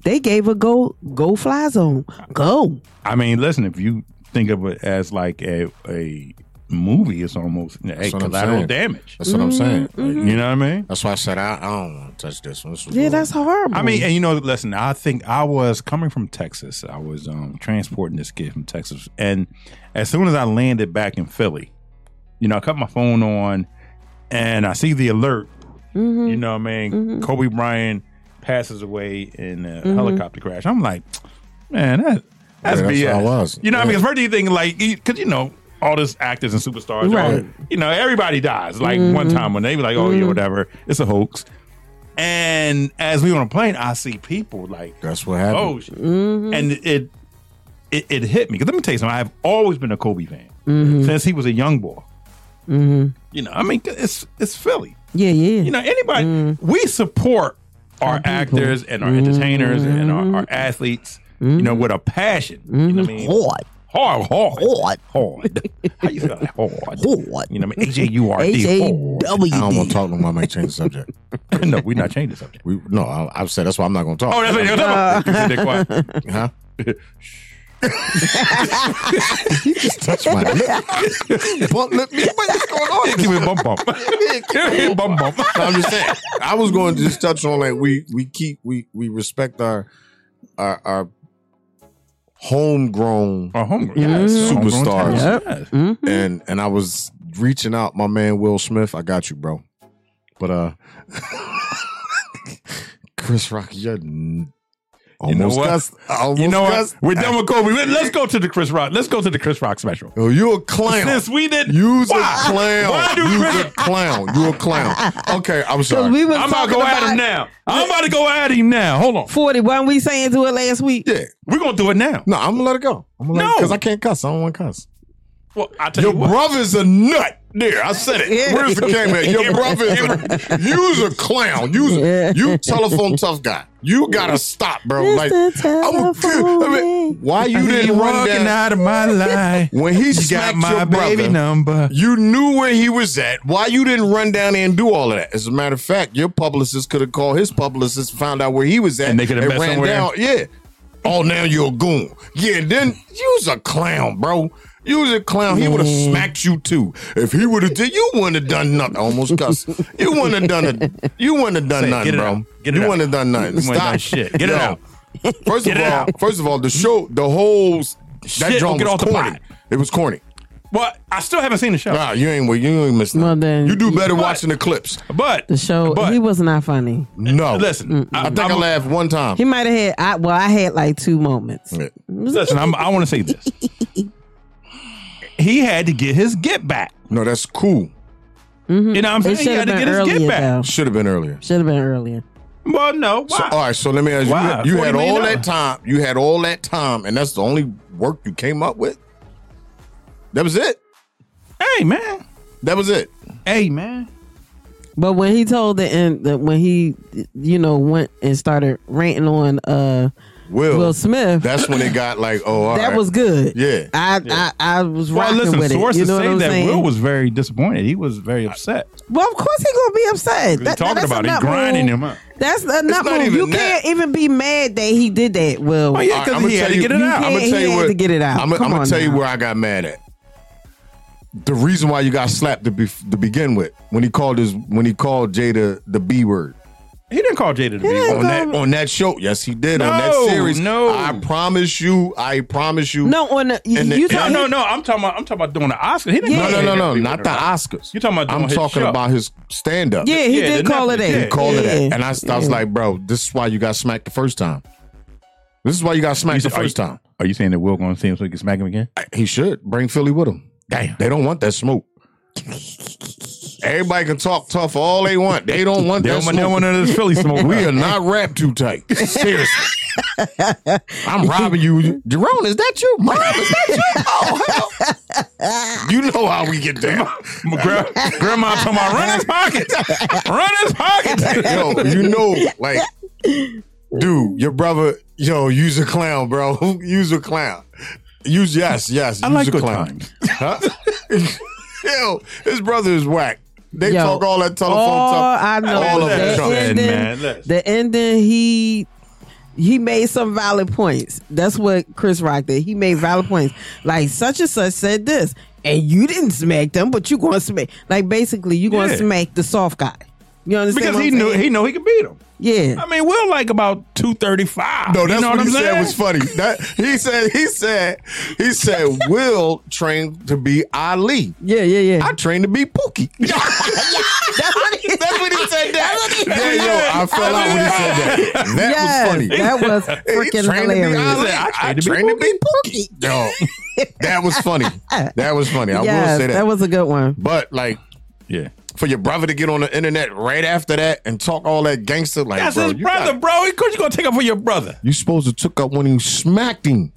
Speaker 3: They gave a go go fly zone. Go.
Speaker 2: I mean, listen, if you think of it as like a a movie is almost hey,
Speaker 1: That's what I'm
Speaker 2: collateral
Speaker 1: saying.
Speaker 2: damage.
Speaker 1: That's what I'm saying.
Speaker 3: Mm-hmm,
Speaker 2: Mhm. You know what I mean?
Speaker 1: That's why I said I, I don't want to touch this one. This was
Speaker 3: Yeah, that's horrible.
Speaker 2: I mean, and you know, listen, I think I was coming from Texas. I was um, transporting this kid from Texas. And as soon as I landed back in Philly, you know, I cut my phone on and I see the alert.
Speaker 1: Mm-hmm.
Speaker 2: You know what I mean? Kobe Bryant passes away in a
Speaker 1: Mhm.
Speaker 2: helicopter crash. I'm like, man, that, that's
Speaker 1: Yeah, that's
Speaker 2: BS.
Speaker 1: how I was.
Speaker 2: You know what I mean?
Speaker 1: Yeah.
Speaker 2: It's pretty thing like, because, you know, all these actors and superstars,
Speaker 1: Right.
Speaker 2: all- you know, everybody dies. Like one
Speaker 1: Mhm.
Speaker 2: time when they were like, oh, yeah,
Speaker 1: Mhm.
Speaker 2: whatever, it's a hoax. And as we were on a plane, I see people like
Speaker 1: that's what happened.
Speaker 2: Oh, shit. and it, it it hit me because let me tell you something. I've always been a Kobe fan since he was a young boy.
Speaker 3: Mm-hmm.
Speaker 2: You know, I mean, it's it's Philly.
Speaker 3: Yeah, yeah.
Speaker 2: You know, anybody we support Mm-hmm. our, Mm-hmm. actors and our entertainers and our, our athletes. You know, with a passion. You know what I mean?
Speaker 3: Hard.
Speaker 2: Mm-hmm. Hard, hard, hard, hard. <laughs> How you feel? Hard, hard. You know, what I mean, H A U R D. Oh,
Speaker 1: I don't want to talk no more. I might change the subject.
Speaker 2: <laughs> no, we're not changing the subject.
Speaker 1: We, no, I, I've said that's why I'm not going to talk.
Speaker 2: Oh, <laughs> that's what you're talking about. You said that
Speaker 1: Huh?
Speaker 3: <laughs>
Speaker 1: you just touched my lip. bump lip. me. What is going
Speaker 2: <laughs>
Speaker 1: on?
Speaker 2: Give me a bump bump. bump bump.
Speaker 1: I'm just saying. I was going to just touch on like we we keep we we respect our our, our homegrown
Speaker 2: our homegrown
Speaker 3: yes, homegrown
Speaker 1: superstars.
Speaker 3: talent, yes. Mhm.
Speaker 2: Mm-hmm.
Speaker 1: And and I was reaching out, my man Will Smith. I got you, bro. But uh, <laughs> Chris Rock, you're n-
Speaker 2: You know
Speaker 1: almost
Speaker 2: what?
Speaker 1: cussed. Almost
Speaker 2: you know what?
Speaker 1: cussed.
Speaker 2: We're done with Kobe. Let- Let's go to the Chris Rock. Let's go to the Chris Rock special.
Speaker 1: Oh, you a clown.
Speaker 2: Since we didn't,
Speaker 1: You's
Speaker 2: Why?
Speaker 1: a clown.
Speaker 2: Why do
Speaker 1: You's
Speaker 2: Chris-
Speaker 1: a clown. You a
Speaker 2: <laughs>
Speaker 1: clown. Okay, I'm sorry.
Speaker 3: we was
Speaker 2: I'm about to go
Speaker 3: talking
Speaker 2: at him now. I'm about to go at him now. Hold on.
Speaker 3: Forty. Weren't we saying to it last week?
Speaker 1: Yeah.
Speaker 2: We're gonna do it now.
Speaker 1: No, I'm gonna let it go. I'm gonna
Speaker 2: No.
Speaker 1: because I can't cuss. I don't want to cuss.
Speaker 2: Well, I tell
Speaker 1: Your
Speaker 2: you what.
Speaker 1: brother's a nut. There, I said it.
Speaker 3: Yeah.
Speaker 1: Where's the game at?
Speaker 2: <laughs>
Speaker 1: Your brother's a you's a clown. You's a, you telephone tough guy. You gotta stop, bro. Like I'm a kid. I mean, why you didn't run
Speaker 2: walking
Speaker 1: down
Speaker 2: out of my <laughs> life.
Speaker 1: when he
Speaker 2: You got
Speaker 1: smacked
Speaker 2: my
Speaker 1: your
Speaker 2: baby
Speaker 1: brother?
Speaker 2: number.
Speaker 1: You knew where he was at. Why you didn't run down there and do all of that? As a matter of fact, your publicist could have called his publicist, found out where he was at,
Speaker 2: And they could have met
Speaker 1: ran
Speaker 2: somewhere.
Speaker 1: down. Yeah. Oh, now you're a goon. Yeah, and then you's a clown, bro. You's a clown. He would have smacked you too. If he would have did, you wouldn't have done nothing. I Almost cuss. You wouldn't have done a. You wouldn't have done
Speaker 2: Say it,
Speaker 1: nothing,
Speaker 2: get it
Speaker 1: bro.
Speaker 2: out. Get it
Speaker 1: you
Speaker 2: out.
Speaker 1: wouldn't have done nothing.
Speaker 2: You wouldn't have
Speaker 1: Stop
Speaker 2: done shit. Get it
Speaker 1: Yo.
Speaker 2: out.
Speaker 1: First
Speaker 2: Get
Speaker 1: of
Speaker 2: it
Speaker 1: all,
Speaker 2: out.
Speaker 1: first of all, the show, the whole that
Speaker 2: Shit,
Speaker 1: drama
Speaker 2: get
Speaker 1: was
Speaker 2: off the
Speaker 1: corny.
Speaker 2: pot.
Speaker 1: It was corny.
Speaker 2: Well, I still haven't seen the show.
Speaker 1: Nah, you ain't. well, You ain't missing.
Speaker 3: Well, then
Speaker 1: you do better
Speaker 2: But-
Speaker 1: watching the clips.
Speaker 2: But
Speaker 3: The show.
Speaker 2: But-
Speaker 3: he was not funny.
Speaker 1: No,
Speaker 2: listen,
Speaker 1: I think
Speaker 2: I'm-
Speaker 1: I laughed one time.
Speaker 3: He might have had. I well, I had like two moments.
Speaker 1: Yeah.
Speaker 2: Listen, I'm, I want to say
Speaker 3: <laughs>
Speaker 2: this. He had to get his get back.
Speaker 1: No, that's cool.
Speaker 2: You know what I'm saying?
Speaker 3: It
Speaker 2: He
Speaker 3: should
Speaker 2: had
Speaker 3: have
Speaker 2: to get
Speaker 3: been
Speaker 2: his get
Speaker 3: earlier though.
Speaker 2: back.
Speaker 1: Should have been earlier.
Speaker 3: Should have been earlier.
Speaker 2: Well, no.
Speaker 1: So,
Speaker 2: Why?
Speaker 1: all right, so let me ask you.
Speaker 2: Why?
Speaker 1: You,
Speaker 2: What
Speaker 1: had
Speaker 2: do you mean
Speaker 1: all
Speaker 2: no?
Speaker 1: that time. You had all that time, and that's the only work you came up with. That was it.
Speaker 2: Hey, man.
Speaker 1: That was it.
Speaker 2: Hey, man.
Speaker 3: But when he told the end, that when he, you know, went and started ranting on uh
Speaker 1: Will.
Speaker 3: Will Smith,
Speaker 1: That's when it got like, oh, all
Speaker 3: that
Speaker 1: right.
Speaker 3: was good.
Speaker 1: Yeah.
Speaker 3: I, I I was
Speaker 2: Well,
Speaker 3: rocking
Speaker 2: listen,
Speaker 3: with it.
Speaker 2: sources
Speaker 3: You know what
Speaker 2: say
Speaker 3: I'm
Speaker 2: that
Speaker 3: saying?
Speaker 2: Will was very disappointed. He was very upset.
Speaker 3: well, of course he gonna be upset.
Speaker 2: He
Speaker 3: That-
Speaker 2: talking
Speaker 3: that's a
Speaker 2: about it, he
Speaker 3: nut
Speaker 2: grinding
Speaker 3: move.
Speaker 2: him up.
Speaker 3: That's a
Speaker 1: not
Speaker 3: nut move.
Speaker 1: even
Speaker 3: You
Speaker 1: that.
Speaker 3: can't even be mad that he did that. Will.
Speaker 2: Oh, yeah,
Speaker 1: All right,
Speaker 2: because
Speaker 1: I'ma
Speaker 2: he had
Speaker 1: tell
Speaker 2: to
Speaker 1: you-
Speaker 2: get it
Speaker 1: you
Speaker 2: out.
Speaker 1: can't-
Speaker 3: I'ma
Speaker 1: I'ma
Speaker 3: he
Speaker 1: tell you
Speaker 3: had
Speaker 1: what-
Speaker 3: to get it out.
Speaker 1: I'm,
Speaker 3: Come
Speaker 1: gonna
Speaker 3: on
Speaker 1: tell you
Speaker 3: now.
Speaker 1: where I got mad at. The reason why you got slapped to, be, to begin with when he called his when he called Jada the B word
Speaker 2: He didn't call Jada to be
Speaker 3: didn't
Speaker 2: on
Speaker 1: on
Speaker 3: call-
Speaker 2: that.
Speaker 1: that on that show. Yes, he did on that
Speaker 2: No,
Speaker 1: series.
Speaker 2: no.
Speaker 1: I promise you. I promise you.
Speaker 3: No, on the, you,
Speaker 1: And the-
Speaker 3: you
Speaker 2: No,
Speaker 3: talking-
Speaker 2: no, no. I'm talking about. I'm talking about doing the Oscar. He didn't.
Speaker 3: Yeah.
Speaker 2: call
Speaker 1: No, no,
Speaker 2: Jada
Speaker 1: no,
Speaker 2: to
Speaker 1: no,
Speaker 2: be
Speaker 1: not
Speaker 2: on
Speaker 1: the
Speaker 2: that.
Speaker 1: Oscars.
Speaker 2: You're talking about doing
Speaker 1: I'm
Speaker 2: his
Speaker 1: talking
Speaker 2: show.
Speaker 1: about his stand up.
Speaker 3: Yeah, he
Speaker 2: Yeah,
Speaker 3: did
Speaker 2: the
Speaker 3: call it
Speaker 2: nothing.
Speaker 3: that.
Speaker 2: Yeah.
Speaker 1: He called it
Speaker 3: Yeah.
Speaker 1: that. And I, I was like, bro, this is why you got smacked the first time. This is why you got smacked the
Speaker 2: Are you-
Speaker 1: first time.
Speaker 2: Are you saying that Will going to see him so he can smack him again?
Speaker 1: He should bring Philly with him.
Speaker 2: Damn.
Speaker 1: They don't want that smoke. Everybody can talk tough all they want. They don't want
Speaker 2: They
Speaker 1: that
Speaker 2: don't want they don't
Speaker 1: smoke.
Speaker 2: want none of this Philly smoke.
Speaker 1: We are not wrapped too tight. Seriously. <laughs> I'm robbing you. Jerome, is that <laughs> you? Mom, is that you? Oh, hell. You know how we get down.
Speaker 2: Gra- Grandma talking about run his pockets, run his
Speaker 3: <laughs>
Speaker 2: pockets.
Speaker 1: yo, you know, like, dude, your brother, yo, use a clown, bro. <laughs> Use a clown. Use yes, yes.
Speaker 2: I
Speaker 1: use
Speaker 2: like
Speaker 1: a
Speaker 2: good
Speaker 1: clown.
Speaker 2: times.
Speaker 1: <laughs> Huh? yo, his brother is whack. They
Speaker 3: Yo,
Speaker 1: talk all that telephone
Speaker 3: all
Speaker 1: talk.
Speaker 3: Oh, I know
Speaker 1: all
Speaker 3: is
Speaker 1: of
Speaker 3: that
Speaker 1: that.
Speaker 2: Listen,
Speaker 1: junk.
Speaker 3: ending,
Speaker 2: man, listen.
Speaker 3: the ending he he made some valid points. That's what Chris Rock did. He made valid points. Like such and such said this, and you didn't smack them, but you going to smack. Like basically, you going to
Speaker 2: Yeah.
Speaker 3: smack the soft guy. You understand?
Speaker 2: Because
Speaker 3: what
Speaker 2: he
Speaker 3: I'm
Speaker 2: knew
Speaker 3: saying?
Speaker 2: he know he could beat him.
Speaker 3: Yeah.
Speaker 2: I mean, we're like about two thirty five.
Speaker 1: No, that's
Speaker 2: you know
Speaker 1: what,
Speaker 2: I'm
Speaker 1: he
Speaker 2: saying?
Speaker 1: said was funny. That he said he said he said Will trained to be Ali.
Speaker 3: Yeah, yeah, yeah.
Speaker 1: I trained to be Pookie.
Speaker 3: <laughs> That's what he,
Speaker 1: that's what he said. That. yeah,
Speaker 3: said.
Speaker 1: yo, I fell out when he said that. That
Speaker 3: Yes,
Speaker 1: was funny. <laughs>
Speaker 3: That was freaking
Speaker 1: trained to be
Speaker 3: hilarious.
Speaker 1: Ali. I trained to be Pookie. Yo,
Speaker 2: <laughs>
Speaker 1: that was funny. That was funny. I will
Speaker 3: Yes,
Speaker 1: say that.
Speaker 3: that was a good one.
Speaker 1: but like,
Speaker 2: yeah.
Speaker 1: For your brother to get on the internet right after that and talk all that gangster like
Speaker 2: That's
Speaker 1: bro,
Speaker 2: his
Speaker 1: you
Speaker 2: brother,
Speaker 1: got-
Speaker 2: bro. Of course, you gonna take up for your brother.
Speaker 1: you supposed to took up when you smacked him.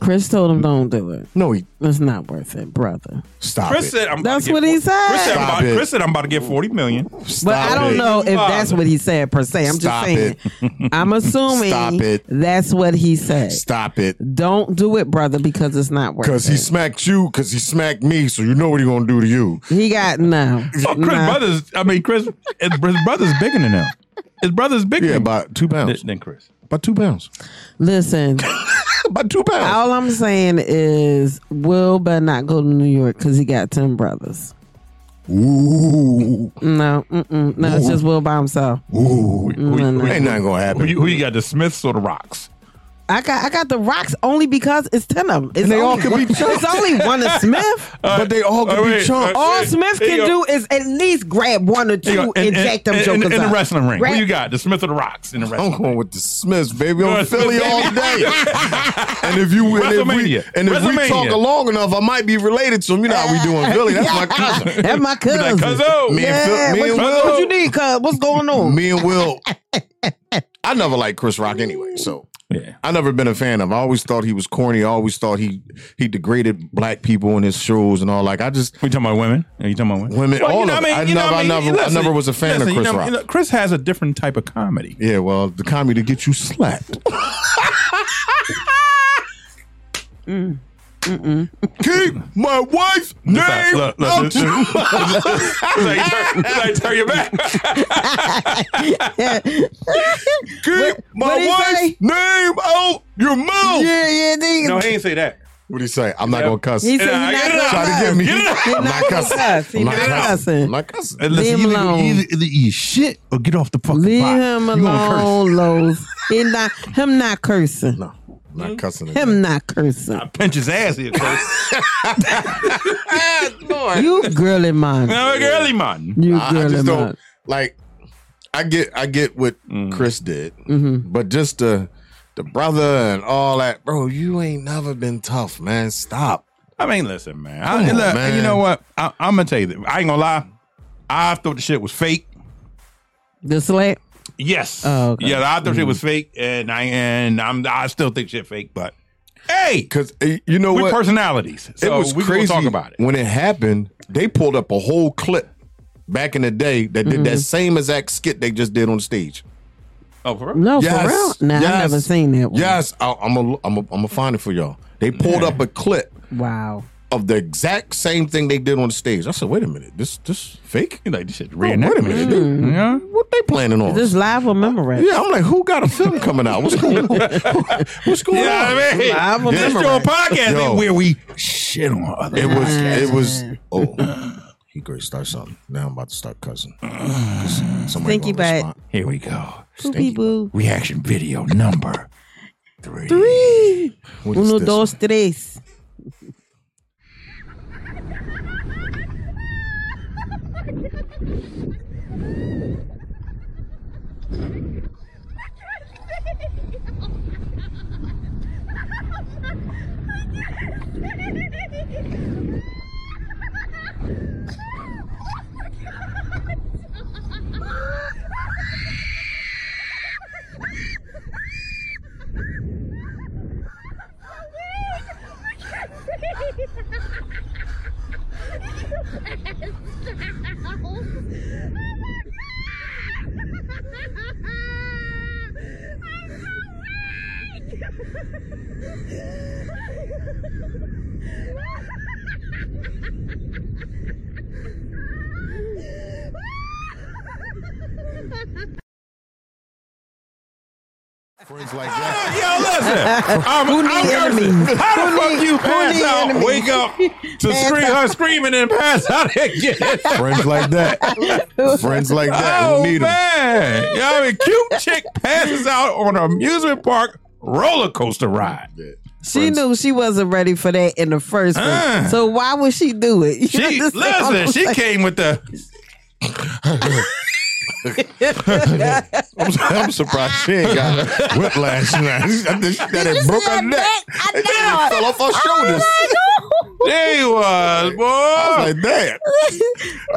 Speaker 3: Chris told him don't do it.
Speaker 1: No, he
Speaker 3: It's not worth it, brother.
Speaker 1: stop
Speaker 2: Chris
Speaker 1: it.
Speaker 2: said, I'm
Speaker 3: That's
Speaker 2: about
Speaker 3: what
Speaker 2: to
Speaker 3: he
Speaker 2: get, Chris said,
Speaker 3: said.
Speaker 2: I'm
Speaker 1: Stop
Speaker 2: about,
Speaker 1: it.
Speaker 2: Chris said, I'm about to get forty million.
Speaker 1: Stop
Speaker 3: But I don't
Speaker 1: it.
Speaker 3: know if that's
Speaker 2: Father.
Speaker 3: what he said per se. I'm
Speaker 1: Stop
Speaker 3: just saying. <laughs> I'm assuming
Speaker 1: Stop it.
Speaker 3: that's what he said.
Speaker 1: Stop it.
Speaker 3: Don't do it, brother, because it's not worth it.
Speaker 1: Because he smacked you, because he smacked me, so you know what he gonna do to you.
Speaker 3: He got no.
Speaker 2: Oh, Chris
Speaker 3: no.
Speaker 2: brothers. I mean, Chris. His, his brother's bigger than him. His brother's bigger
Speaker 3: Hmm.
Speaker 1: Yeah,
Speaker 2: than,
Speaker 1: about two
Speaker 2: than,
Speaker 1: pounds.
Speaker 2: than Chris.
Speaker 1: About two pounds.
Speaker 2: <laughs>
Speaker 3: Listen,
Speaker 1: About two pounds.
Speaker 3: all I'm saying is Will better not go to New York because he got ten brothers.
Speaker 1: Ooh,
Speaker 3: No, mm-mm, no, it's just Will by himself.
Speaker 1: ooh. Ain't nothing gonna
Speaker 2: Who
Speaker 1: happen.
Speaker 2: you, who you got? The Smiths or the Rocks?
Speaker 3: I got I got the rocks only because it's ten of them. It's
Speaker 1: And they all
Speaker 3: only,
Speaker 1: could be
Speaker 3: It's only
Speaker 1: <laughs>
Speaker 3: one of Smith.
Speaker 1: but they all
Speaker 2: all
Speaker 1: could be
Speaker 2: right,
Speaker 1: chunks.
Speaker 2: all
Speaker 3: All Smith
Speaker 2: There you
Speaker 3: can
Speaker 2: go.
Speaker 3: do is at least grab one or
Speaker 2: There you
Speaker 3: two,
Speaker 2: go. And-
Speaker 3: inject
Speaker 2: and-
Speaker 3: them
Speaker 2: and-
Speaker 3: jokers
Speaker 2: in, the
Speaker 3: up.
Speaker 2: wrestling ring.
Speaker 3: Grab-
Speaker 2: Who you got? The Smith or the Rocks in the wrestling.
Speaker 1: I'm going with the Smiths, baby. I'm
Speaker 2: You're a
Speaker 1: Philly
Speaker 2: Smith,
Speaker 1: all
Speaker 2: baby.
Speaker 1: day. and if you and if we,
Speaker 2: WrestleMania.
Speaker 1: and if we
Speaker 2: WrestleMania.
Speaker 1: talk long enough, I might be related to him. You know how we do in Philly. That's <laughs> my
Speaker 3: <laughs>
Speaker 1: cousin.
Speaker 3: That's my
Speaker 2: Be
Speaker 3: cousin.
Speaker 2: like, "Cuzzo."
Speaker 1: Me and Phil-
Speaker 3: Yeah,
Speaker 1: me
Speaker 3: what,
Speaker 1: and
Speaker 3: what-
Speaker 1: Will.
Speaker 3: what you need, cuz? What's going on?
Speaker 1: Me and Will. I never liked Chris Rock anyway, so
Speaker 2: Yeah.
Speaker 1: I never been a fan of. him. I always thought he was corny. I always thought he he degraded black people in his shows and all. Like I just
Speaker 2: We talking about women? Are you talking about women?
Speaker 1: Women, all of it. I
Speaker 2: you know
Speaker 1: never-
Speaker 2: what
Speaker 1: I never- I never was a fan of
Speaker 2: you
Speaker 1: Chris
Speaker 2: know-
Speaker 1: Rock.
Speaker 2: you know, Chris has a different type of comedy.
Speaker 1: yeah. Well, the comedy to get you
Speaker 3: <laughs>
Speaker 1: slapped.
Speaker 3: Mm,
Speaker 1: Keep my wife's
Speaker 2: Look,
Speaker 1: name
Speaker 2: look,
Speaker 1: out
Speaker 2: look, this-
Speaker 1: your-
Speaker 2: this-
Speaker 1: <laughs>
Speaker 2: it's like, turn- it's like, turn your back. <laughs>
Speaker 3: yeah,
Speaker 1: Keep
Speaker 3: what'd
Speaker 1: my
Speaker 3: he
Speaker 1: wife's
Speaker 3: say?
Speaker 1: name out your mouth.
Speaker 3: yeah, nigga.
Speaker 2: No, he ain't say that.
Speaker 1: What do you say? I'm not gonna cuss.
Speaker 3: He said
Speaker 2: Nah,
Speaker 3: he's
Speaker 2: get it
Speaker 3: not gonna
Speaker 2: out.
Speaker 1: Try to
Speaker 3: cuss.
Speaker 1: get me.
Speaker 2: Get it
Speaker 1: <laughs>
Speaker 2: out.
Speaker 3: He not gonna cuss. He not
Speaker 1: I'm
Speaker 3: cussing.
Speaker 1: not cussing.
Speaker 2: And
Speaker 3: Leave him
Speaker 2: either-
Speaker 3: alone.
Speaker 2: Either, either eat shit or get off the fucking
Speaker 3: Leave
Speaker 2: pot.
Speaker 3: him
Speaker 2: You gonna curse.
Speaker 3: alone, Lowe's. He not him not cursing.
Speaker 1: No, I'm not cussing. again.
Speaker 3: Mm-hmm. Him not cursing.
Speaker 2: Pinch his ass here,
Speaker 1: <laughs>
Speaker 2: Chris.
Speaker 3: You girly man.
Speaker 2: no, girly man.
Speaker 3: You
Speaker 1: I, I
Speaker 3: girly
Speaker 1: just
Speaker 3: man.
Speaker 1: don't like. I get, I get what
Speaker 3: Mm.
Speaker 1: Chris did,
Speaker 3: Mm-hmm.
Speaker 1: but just the the brother and all that, bro. You ain't never been tough, man. Stop.
Speaker 2: I mean, listen, man. I,
Speaker 1: Come on,
Speaker 2: look,
Speaker 1: man.
Speaker 2: You know what? I, I'm gonna tell you. This. I ain't gonna lie. I thought the shit was fake.
Speaker 3: The slap.
Speaker 2: Yes.
Speaker 3: Oh, okay.
Speaker 2: Yeah, I thought shit was fake, and I and I'm I still think shit fake. But hey,
Speaker 1: Because eh, you know
Speaker 2: we
Speaker 1: what?
Speaker 2: personalities. So
Speaker 1: it was
Speaker 2: we gonna
Speaker 1: crazy.
Speaker 2: Talk about it.
Speaker 1: when it happened. They pulled up a whole clip back in the day that did
Speaker 3: Mm-hmm.
Speaker 1: that same exact skit they just did on stage.
Speaker 2: Oh, for real?
Speaker 1: <laughs>
Speaker 3: No,
Speaker 1: Yes,
Speaker 3: for real. Nah, I
Speaker 1: yes,
Speaker 3: never seen that one.
Speaker 1: Yes, I, I'm a, I'm a, I'm gonna find it for y'all. They pulled up a clip
Speaker 3: Wow.
Speaker 1: of the exact same thing they did on the stage. I said, wait a minute, this this fake?
Speaker 2: You like this shit?
Speaker 1: Oh, wait a minute, they-
Speaker 2: Yeah.
Speaker 1: what they planning on?
Speaker 3: Is this live or memorized?
Speaker 1: yeah, I'm like, who got a film coming out? What's
Speaker 3: <laughs>
Speaker 1: going on? What's going
Speaker 2: Yeah,
Speaker 1: on?
Speaker 2: I mean,
Speaker 3: Live or
Speaker 2: this your
Speaker 3: memorized?
Speaker 2: podcast
Speaker 1: Yo.
Speaker 2: where we shit on other.
Speaker 1: It was it was oh he great start something. Now I'm about to start cussing. 'Cause somebody
Speaker 3: Stinky
Speaker 1: gonna
Speaker 3: butt.
Speaker 1: respond.
Speaker 2: Here we go.
Speaker 3: Poopy boo.
Speaker 2: Reaction video number three.
Speaker 3: Three.
Speaker 1: What is
Speaker 3: Uno,
Speaker 1: this
Speaker 3: dos, tres.
Speaker 1: Friends like that.
Speaker 2: <laughs> Listen, I'm,
Speaker 1: Who
Speaker 2: I'm
Speaker 1: need
Speaker 2: cursing.
Speaker 1: enemies?
Speaker 2: How the
Speaker 1: Who
Speaker 2: fuck
Speaker 1: need-
Speaker 2: you
Speaker 1: who
Speaker 2: pass
Speaker 1: need
Speaker 2: out,
Speaker 1: enemies?
Speaker 2: wake
Speaker 1: <laughs>
Speaker 2: up to
Speaker 1: Pass
Speaker 2: scream her
Speaker 1: out.
Speaker 2: screaming and pass out again?
Speaker 1: Friends like that. Friends like that.
Speaker 2: Oh
Speaker 1: Who need 'em.
Speaker 2: man, you know what I mean, cute chick passes out on an amusement park roller coaster ride.
Speaker 3: She knew she wasn't ready for that in the first place.
Speaker 2: Uh.
Speaker 3: so why would she do it? You
Speaker 2: She
Speaker 3: understand what
Speaker 2: listen.
Speaker 3: I'm
Speaker 2: She
Speaker 3: saying?
Speaker 2: came with the.
Speaker 1: I'm, su- I'm surprised she ain't got whiplash now. I think she got it broke her neck.
Speaker 2: <laughs>
Speaker 1: It fell off her shoulders.
Speaker 2: There you was, boy. I
Speaker 1: was like, damn.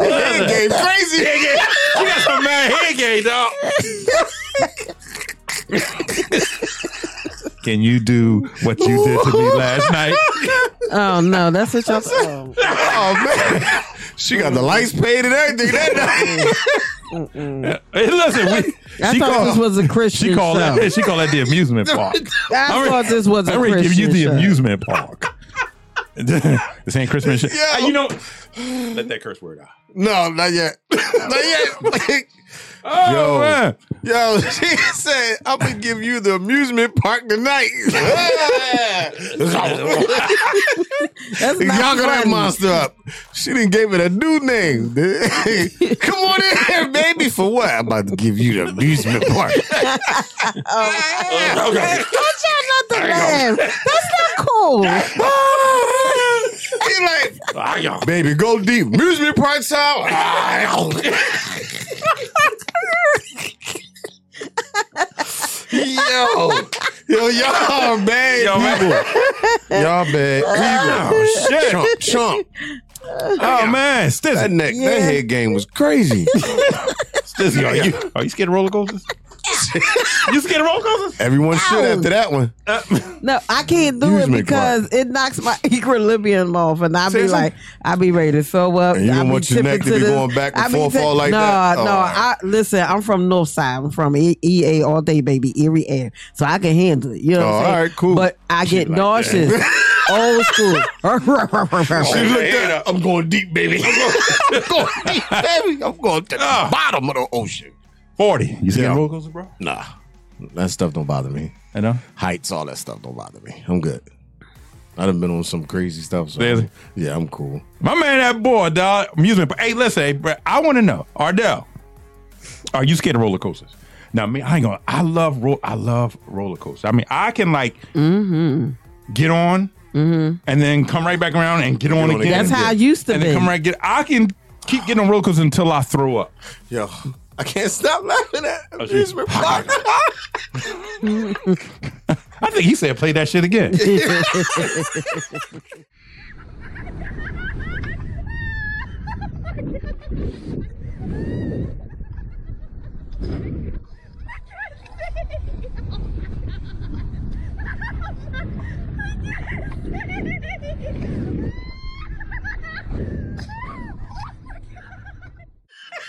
Speaker 2: Head
Speaker 1: game crazy.
Speaker 2: You got some mad head game, dog. Can you do what you did to me last night?
Speaker 3: Oh no, that's what y'all. Oh,
Speaker 1: oh man, she got the lights paid and everything that night.
Speaker 2: Hey, listen, we,
Speaker 3: I thought this was a
Speaker 2: <laughs>
Speaker 3: Christian
Speaker 2: She called <laughs>
Speaker 3: show.
Speaker 2: that. She called that the amusement park.
Speaker 3: I
Speaker 2: already-
Speaker 3: thought this was a
Speaker 2: I already
Speaker 3: Christian
Speaker 2: give you the
Speaker 3: show.
Speaker 2: amusement park. <laughs> this ain't Christmas. shit.
Speaker 1: Yeah,
Speaker 2: you know. Let that curse word out.
Speaker 1: No, not yet. <laughs> not yet.
Speaker 2: <laughs> Oh,
Speaker 1: yo,
Speaker 2: man.
Speaker 1: yo, she said, I'm gonna give you the amusement park tonight. <laughs>
Speaker 3: That's not
Speaker 1: Y'all got that
Speaker 3: funny.
Speaker 1: monster up. She didn't give it a new name. <laughs> Come on in here, baby. For what? I'm about to give you the amusement
Speaker 3: <laughs>
Speaker 1: park.
Speaker 2: Oh,
Speaker 3: Don't y'all not to laugh. That's not cool.
Speaker 1: <laughs> He like,
Speaker 2: Oh,
Speaker 1: baby, go deep. Amusement park time. yo, yo, y'all bad
Speaker 2: Yo, man.
Speaker 1: people. Y'all
Speaker 3: <laughs>
Speaker 1: bad people.
Speaker 2: Oh, shit.
Speaker 1: Chump, chump.
Speaker 2: Oh man,
Speaker 1: That
Speaker 2: Stizzy.
Speaker 1: neck,
Speaker 3: Yeah.
Speaker 1: that head game was crazy.
Speaker 2: Stizzy, are you are you scared of roller <laughs> coasters? you scared of roller coasters?
Speaker 1: Everyone should
Speaker 3: Ow.
Speaker 1: after that one.
Speaker 2: Uh,
Speaker 3: No, I can't do it
Speaker 1: Amusement
Speaker 3: because it knocks my <laughs> equilibrium off, and I'll be
Speaker 1: Seriously?
Speaker 3: like, I'll be ready to throw up.
Speaker 1: And you
Speaker 3: I'll
Speaker 1: don't
Speaker 3: be
Speaker 1: want your neck
Speaker 3: tipping
Speaker 1: to be
Speaker 3: the-
Speaker 1: going back and
Speaker 3: I'll be
Speaker 1: forth
Speaker 3: tip-
Speaker 1: all like
Speaker 3: no,
Speaker 1: that?
Speaker 3: No,
Speaker 1: Oh, all right.
Speaker 3: I listen. I'm from North Side. I'm from E- EA all day, baby, Erie Air, so I can handle it. You know what
Speaker 1: Oh,
Speaker 3: I'm saying?
Speaker 1: all right, cool.
Speaker 3: But I get nauseous.
Speaker 1: <laughs>
Speaker 3: Old school.
Speaker 1: She looked at I'm going deep, baby. <laughs> I'm going deep, baby. I'm going to the bottom of the ocean.
Speaker 2: Ah. Forty. You scared
Speaker 1: Yeah.
Speaker 2: of roller coasters, bro?
Speaker 1: Nah, that stuff don't bother me.
Speaker 2: I know.
Speaker 1: Heights, all that stuff don't bother me. I'm good. I done been on some crazy stuff. So
Speaker 2: Really?
Speaker 1: Yeah, I'm cool.
Speaker 2: My man, that boy, dog. Amusement. park. Hey, listen, hey, bro, I want to know, Ardell, are you scared of roller coasters? Now, me, I ain't gonna. I love ro- I love roller coasters. I mean, I can like
Speaker 3: Mm-hmm.
Speaker 2: get on and then come right back around and get on
Speaker 1: on
Speaker 2: again.
Speaker 1: again.
Speaker 3: That's how I used to
Speaker 2: and
Speaker 3: be.
Speaker 2: then come right get. I can keep getting on roller coasters until I throw up.
Speaker 1: Yo, I can't stop laughing at
Speaker 2: she-
Speaker 1: amusement <laughs> park.
Speaker 2: I think he said play that shit
Speaker 3: <laughs>
Speaker 2: again.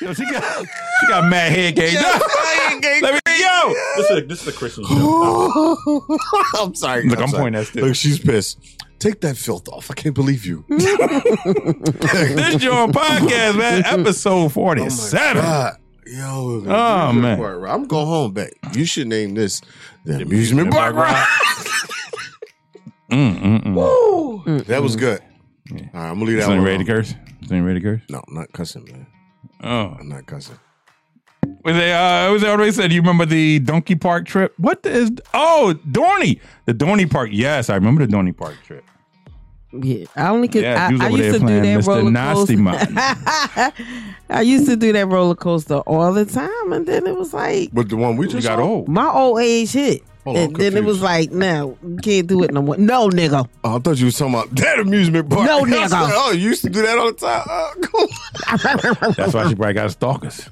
Speaker 2: Yo, she got she got mad head game. No. <laughs> Let me yo. This is a, this is a Christian show.
Speaker 1: I'm sorry.
Speaker 2: Look, I'm
Speaker 1: sorry.
Speaker 2: pointing at Steve.
Speaker 1: Look, she's pissed. Take that filth off. I can't believe you.
Speaker 2: this joint podcast, <laughs> man, episode forty-seven.
Speaker 1: God. Yo, the
Speaker 2: Oh,
Speaker 1: amusement
Speaker 2: man.
Speaker 1: park ride. I'm going home, babe. You should name this the amusement park. ride.
Speaker 2: mm, mm, mm.
Speaker 1: That
Speaker 2: Mm-hmm.
Speaker 1: was good. All right, I'm gonna leave that
Speaker 2: Is
Speaker 1: one.
Speaker 2: ready to
Speaker 1: alone.
Speaker 2: curse? Is ready to curse?
Speaker 1: No, I'm not cussing, man.
Speaker 2: Oh,
Speaker 1: I'm not cussing.
Speaker 2: was they? Uh, was they already said? You remember the Donkey Park trip? What is? Oh, Dorney, the Dorney Park. Yes, I remember the Dorney Park trip.
Speaker 3: <laughs> Yeah, I only could.
Speaker 2: Yeah,
Speaker 3: I,
Speaker 2: you was
Speaker 3: I
Speaker 2: over
Speaker 3: used
Speaker 2: there
Speaker 3: to do
Speaker 2: playing
Speaker 3: that
Speaker 2: Mr.
Speaker 3: roller
Speaker 2: Nasty
Speaker 3: coaster. I used to do that roller coaster all the time, and then it was like
Speaker 1: But the one we
Speaker 2: You
Speaker 1: just
Speaker 2: got
Speaker 1: saw?
Speaker 2: old.
Speaker 3: my old age hit,
Speaker 1: Hold on,
Speaker 3: and then it was
Speaker 1: confused.
Speaker 3: like, no, you can't do it no more. No, nigga,
Speaker 1: Oh, I thought you was talking about <laughs> that amusement park. <laughs>
Speaker 3: No,
Speaker 1: I
Speaker 3: nigga.
Speaker 1: said, oh, you used to do that all the time. Oh, <laughs>
Speaker 2: <laughs>
Speaker 1: cool.
Speaker 2: That's why she probably got stalkers.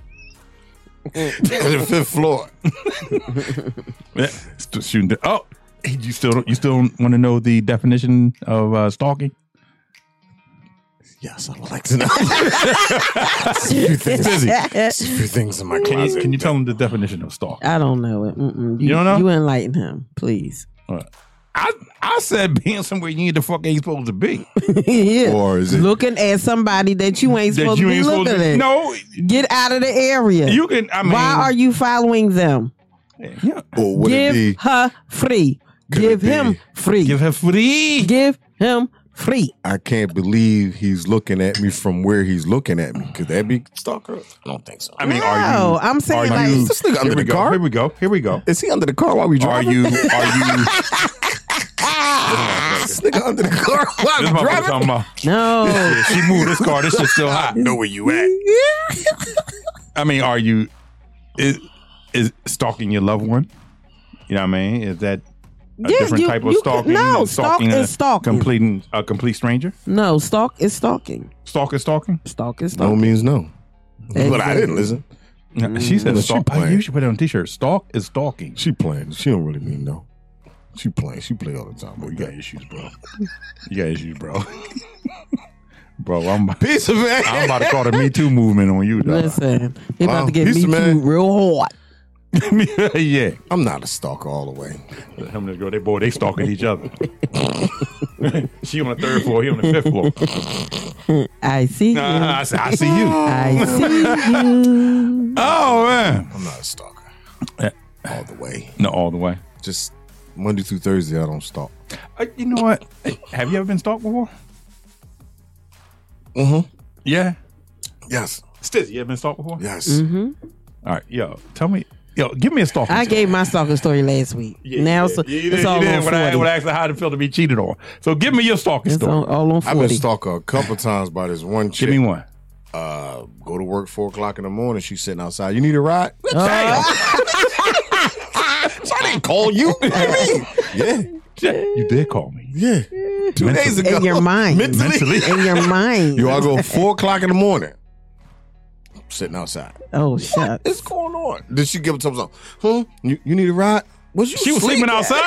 Speaker 1: the fifth floor.
Speaker 2: Yeah, still shooting. the- oh, you still don't, you still want to know the definition of uh, stalking?
Speaker 1: Yes, I would like to know.
Speaker 2: <laughs>
Speaker 1: It's a few things.
Speaker 3: <laughs>
Speaker 1: It's a few things in my
Speaker 2: Can you,
Speaker 1: closet.
Speaker 2: can you tell them the definition of stalk?
Speaker 3: I don't know it. Mm-mm.
Speaker 2: You don't know?
Speaker 3: You enlighten him, please. <laughs>
Speaker 2: I I said being somewhere you ain't the fuck ain't supposed to be.
Speaker 3: yeah.
Speaker 1: Or is it-
Speaker 3: looking at somebody that you ain't
Speaker 2: That
Speaker 3: supposed
Speaker 2: you
Speaker 3: to be
Speaker 2: ain't supposed
Speaker 3: looking
Speaker 2: to.
Speaker 3: at?
Speaker 2: No,
Speaker 3: Get out of the area.
Speaker 2: you can. I mean,
Speaker 3: Why are you following them?
Speaker 1: Or would
Speaker 3: Give
Speaker 1: it be?
Speaker 3: her free. Give him free. Give
Speaker 2: her free.
Speaker 3: Give him free.
Speaker 1: I can't believe he's looking at me from where he's looking at me. Could that be stalker? I don't think so.
Speaker 2: I mean,
Speaker 3: No,
Speaker 2: are you?
Speaker 3: I'm saying
Speaker 2: are
Speaker 3: like-
Speaker 2: you,
Speaker 3: Is this nigga
Speaker 2: here
Speaker 1: under
Speaker 2: we
Speaker 1: the
Speaker 2: go,
Speaker 1: car?
Speaker 2: Here we go. Here we go.
Speaker 1: Is he under the car while we
Speaker 2: Are
Speaker 1: driving?
Speaker 3: <laughs>
Speaker 2: you? Are you?
Speaker 1: this nigga under the car <laughs> while
Speaker 2: This
Speaker 1: we
Speaker 2: motherfucker
Speaker 1: driving?
Speaker 2: talking about.
Speaker 3: No.
Speaker 2: Yeah, she moved this car. This shit's still hot. Know where you at? I mean, are you? Is, is stalking your loved one? You know what I mean? Is that a
Speaker 3: Yeah,
Speaker 2: different
Speaker 3: you-
Speaker 2: type of
Speaker 3: you could-
Speaker 2: stalking?
Speaker 3: no,
Speaker 2: than
Speaker 3: stalk
Speaker 2: a
Speaker 3: is stalking.
Speaker 2: Completing a complete stranger.
Speaker 3: No, stalk is stalking.
Speaker 2: Stalk is stalking.
Speaker 3: Stalk is
Speaker 1: No
Speaker 3: stalking.
Speaker 1: means no. But I
Speaker 3: Exactly.
Speaker 1: didn't listen.
Speaker 2: No, She said
Speaker 1: But she
Speaker 2: stalk. Oh,
Speaker 1: playing.
Speaker 2: you should put it on a t-shirt. Stalk is stalking.
Speaker 1: She playing. She don't really mean no. She playing. She play all the time. Boy, you got issues, bro. You got issues, bro.
Speaker 2: <laughs> Bro, I'm,
Speaker 1: Peace of man.
Speaker 2: I'm about to call the Me Too movement on you, dog.
Speaker 3: Listen, he about
Speaker 1: Wow.
Speaker 3: to get
Speaker 1: He's
Speaker 3: me
Speaker 1: the man.
Speaker 3: too real
Speaker 2: <laughs>
Speaker 3: hard.
Speaker 2: yeah.
Speaker 1: I'm not a stalker all the way.
Speaker 2: Him and this girl, they boy, they stalking each other. <laughs> she on the third floor, he on the fifth floor.
Speaker 3: I see
Speaker 2: <laughs>
Speaker 3: you.
Speaker 2: Nah, I, see, I see you.
Speaker 3: I see you.
Speaker 2: Oh man.
Speaker 1: I'm not a stalker
Speaker 2: Eh.
Speaker 1: all the way.
Speaker 2: No, all the way.
Speaker 1: Just Monday through Thursday, I don't stalk.
Speaker 2: Uh, you know what? Have you ever been stalked before?
Speaker 1: Mm-hmm.
Speaker 2: Yeah.
Speaker 1: Yes.
Speaker 2: Stizzy, you ever been stalked before?
Speaker 1: Yes.
Speaker 2: All right, yo, tell me, yo, give me a stalking.
Speaker 3: I
Speaker 2: story.
Speaker 3: gave my stalking story last week.
Speaker 2: Yeah,
Speaker 3: now
Speaker 2: yeah.
Speaker 3: it's,
Speaker 2: You
Speaker 3: it's
Speaker 2: did-
Speaker 3: all
Speaker 2: you did
Speaker 3: on
Speaker 2: when I, when I
Speaker 3: forty.
Speaker 2: asked her how to feel to be cheated on. So give me your stalking
Speaker 3: It's
Speaker 2: story.
Speaker 3: on, all on
Speaker 1: I've been
Speaker 3: forty.
Speaker 1: stalked a couple times by this one chick.
Speaker 2: Give me one.
Speaker 1: uh, go to work four o'clock in the morning. She's sitting outside. You need a ride?
Speaker 2: Damn.
Speaker 1: So I didn't call you. What do you mean? yeah,
Speaker 2: you did call me.
Speaker 3: <laughs>
Speaker 1: yeah. Two days ago.
Speaker 3: In your mind.
Speaker 1: Mentally.
Speaker 2: <laughs>
Speaker 3: In your mind.
Speaker 1: you all go four o'clock in the morning. Sitting outside.
Speaker 3: oh shit.
Speaker 1: What's going on? Did she give a thumbs up? Huh? You, you need a ride? Was you
Speaker 2: She was
Speaker 1: <laughs>
Speaker 2: sleeping outside?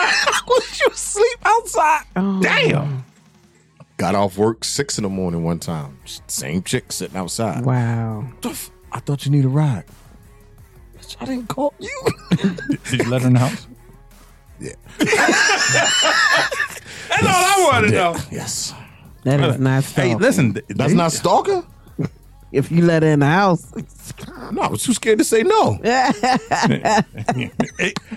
Speaker 1: was you sleep outside?
Speaker 3: Oh.
Speaker 2: Damn.
Speaker 1: Got off work six in the morning one time. Same chick sitting outside.
Speaker 3: Wow.
Speaker 1: The f- I thought you need a ride. Bitch, I didn't call
Speaker 2: <laughs>
Speaker 1: you.
Speaker 2: Did you let her in the house?
Speaker 1: Yeah.
Speaker 2: <laughs> That's all I wanted to know.
Speaker 1: Yes.
Speaker 3: That is not stalking.
Speaker 2: Hey, listen, th-
Speaker 1: That's
Speaker 2: Oh. they-
Speaker 1: not stalker?
Speaker 3: If you let her in
Speaker 2: <laughs>
Speaker 3: the house,
Speaker 1: No, I was too scared to say no.
Speaker 2: it-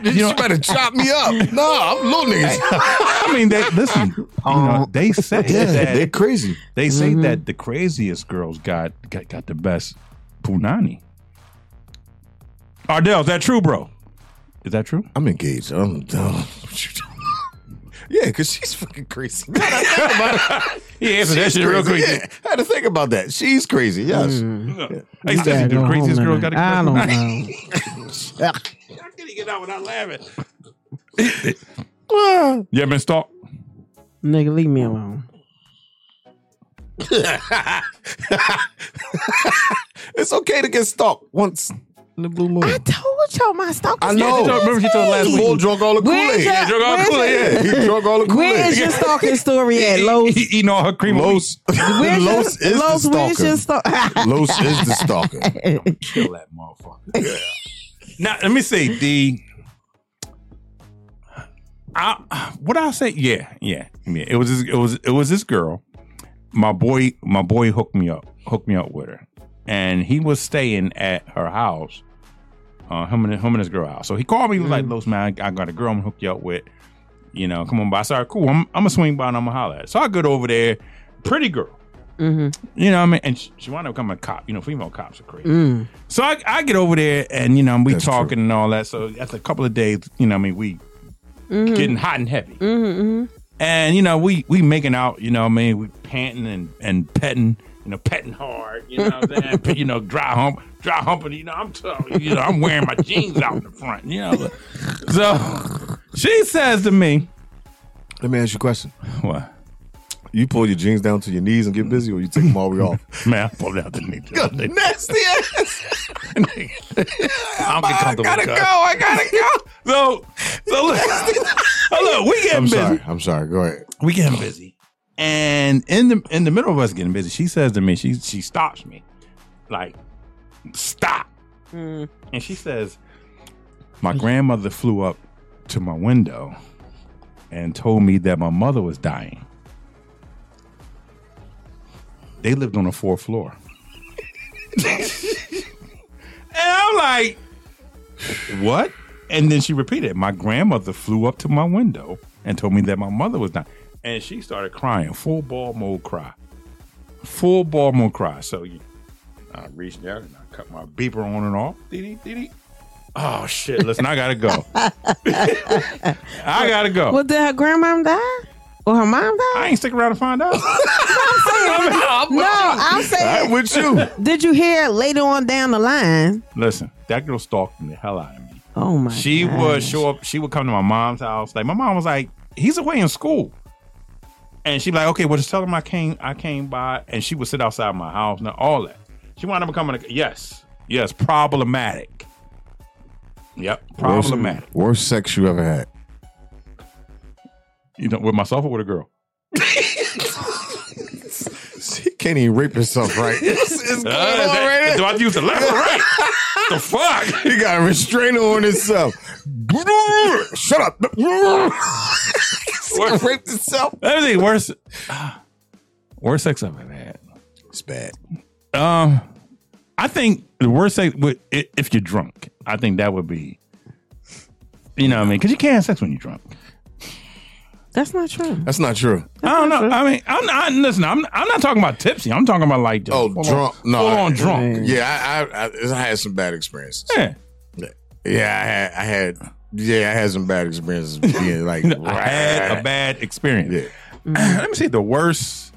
Speaker 1: You,
Speaker 2: you know,
Speaker 1: better chop me up. No, I'm little niggas.
Speaker 2: I mean, they listen. You know, they say that Um, they,
Speaker 1: crazy.
Speaker 2: say
Speaker 3: Mm-hmm.
Speaker 2: that the craziest girls got got, got the best punani. Ardell, is that true, bro? Is that true?
Speaker 1: I'm engaged. I'm dumb. <laughs> yeah, because she's fucking crazy. God, I think about it.
Speaker 2: Yeah, answer that
Speaker 1: She's
Speaker 2: shit real quick.
Speaker 1: crazy. Yeah, I had to think about that. She's crazy. Yes.
Speaker 2: Hey,
Speaker 3: you
Speaker 2: Stacey,
Speaker 3: gotta
Speaker 2: the
Speaker 3: go
Speaker 2: craziest
Speaker 3: home
Speaker 2: girl got
Speaker 3: and-
Speaker 2: the
Speaker 3: I
Speaker 2: best
Speaker 3: don't
Speaker 2: punani.
Speaker 3: know.
Speaker 2: I couldn't get out without laughing. <laughs> yeah, man, stalk.
Speaker 3: Nigga, leave me alone.
Speaker 1: It's okay to get stalked once in the blue moon.
Speaker 3: I told y'all my stalking
Speaker 1: I know.
Speaker 3: story
Speaker 2: told- remember she told
Speaker 3: last
Speaker 1: This
Speaker 3: week.
Speaker 1: Bull drunk all the Kool Aid.
Speaker 3: Where's your-
Speaker 1: drunk all the
Speaker 3: where's
Speaker 1: Kool Aid. Yeah, he drunk all the Kool Aid.
Speaker 3: Where is your stalking story
Speaker 2: <laughs>
Speaker 3: at,
Speaker 2: He-
Speaker 3: Los?
Speaker 2: he eating all her cream. <laughs>
Speaker 1: Los,
Speaker 3: Where's your-
Speaker 1: Los is the
Speaker 3: Los, where's
Speaker 1: stalker.
Speaker 3: your stalker?
Speaker 1: Los is the stalker.
Speaker 2: kill that motherfucker. Now let me say D. I what I say? Yeah, yeah, yeah. It was this, it was it was this girl. My boy, my boy hooked me up, hooked me up with her, and he was staying at her house. Uh, him and him and his girl house. So he called me he was
Speaker 3: Mm.
Speaker 2: like, "Los man, I I got a girl I'm gonna hook you up with. You know, come on by." Sorry, cool. I'm, I'm gonna swing by and I'm gonna holler at. Her. So I get over there, pretty girl. You know what I mean? And she, she wound up becoming a cop. You know, female cops are crazy. So I, I get over there and you know we
Speaker 1: That's
Speaker 2: talking and all that. So after a couple of days, you know, I mean we getting hot and heavy, and you know we we making out. You know, what I mean we panting and and petting. You know, petting hard. You know, what I'm saying? you know, dry hump, dry humping. You know, I'm tough. You know, I'm wearing my jeans out in the front. You know, so she says to me,
Speaker 1: Let me ask you a question.
Speaker 2: "What,
Speaker 1: You pull your jeans down to your knees and get busy, or you take them all the way off?
Speaker 2: man? I pulled out the knee.
Speaker 1: Nasty
Speaker 2: <laughs>
Speaker 1: ass.
Speaker 2: I'm uncomfortable.
Speaker 1: gotta
Speaker 2: cuz.
Speaker 1: go. I gotta go.
Speaker 2: So, so look, <laughs> so look, we getting
Speaker 1: I'm
Speaker 2: busy.
Speaker 1: sorry. I'm sorry. Go ahead.
Speaker 2: We getting busy, and in the in the middle of us getting busy, she says to me, she she stops me, like, stop,
Speaker 1: Mm.
Speaker 2: and she says, my grandmother flew up to my window and told me that my mother was dying. They lived on the fourth <laughs> floor, and I'm like, what? and then she repeated, My grandmother flew up to my window and told me that my mother was not. And she started crying, full ball mode cry. Full ball mode cry. So you, I reached out and I cut my beeper on and off. Dee-dee, dee-dee. Oh, shit. Listen, I got to go. <laughs> I got to go.
Speaker 3: <laughs> <laughs> Well, did her grandmom die? Or her mom die?
Speaker 2: I ain't sticking around to find <laughs> out.
Speaker 3: no, I'm saying.
Speaker 2: I'm with you.
Speaker 3: <laughs> Did you hear later on down the line?
Speaker 2: Listen, that girl stalked me the hell out of me.
Speaker 3: Oh my!
Speaker 2: She would show up. She would come to my mom's house. Like my mom was like, "He's away in school," and she'd be like, "Okay, well, just tell him I came. I came by." And she would sit outside my house and all that. She wound up becoming a yes, yes, problematic. Yep, problematic.
Speaker 1: Worst, worst sex you ever had. <laughs>
Speaker 2: You know, with myself or with a girl.
Speaker 1: He can't even rape himself
Speaker 3: <laughs>
Speaker 1: right.
Speaker 2: Uh, that- do I use the left or <laughs> right? the fuck?
Speaker 1: He got a restrainer on himself. <laughs> Shut up. <laughs>
Speaker 2: Worst-
Speaker 1: raped himself.
Speaker 2: Everything worse. Worst sex I've ever had.
Speaker 1: It's bad.
Speaker 2: Um, I think the worst sex would i- if you're drunk. I think that would be. You know what I mean? Because you can't have sex when you're drunk.
Speaker 3: That's not true.
Speaker 1: That's not true.
Speaker 2: I don't know. I mean, I'm not. Listen, I'm. I'm not talking about tipsy. I'm talking about like just
Speaker 1: Oh,
Speaker 2: full
Speaker 1: drunk.
Speaker 2: On,
Speaker 1: no,
Speaker 2: full on
Speaker 1: I-
Speaker 2: drunk.
Speaker 3: Mm.
Speaker 1: Yeah, I, I, I, I had some bad experiences.
Speaker 2: Yeah.
Speaker 1: Yeah, I had, I had, yeah, I had some bad
Speaker 2: <laughs>
Speaker 1: experiences being like,
Speaker 2: I had a bad experience.
Speaker 1: Mm-hmm.
Speaker 2: <clears throat> Let me see the worst.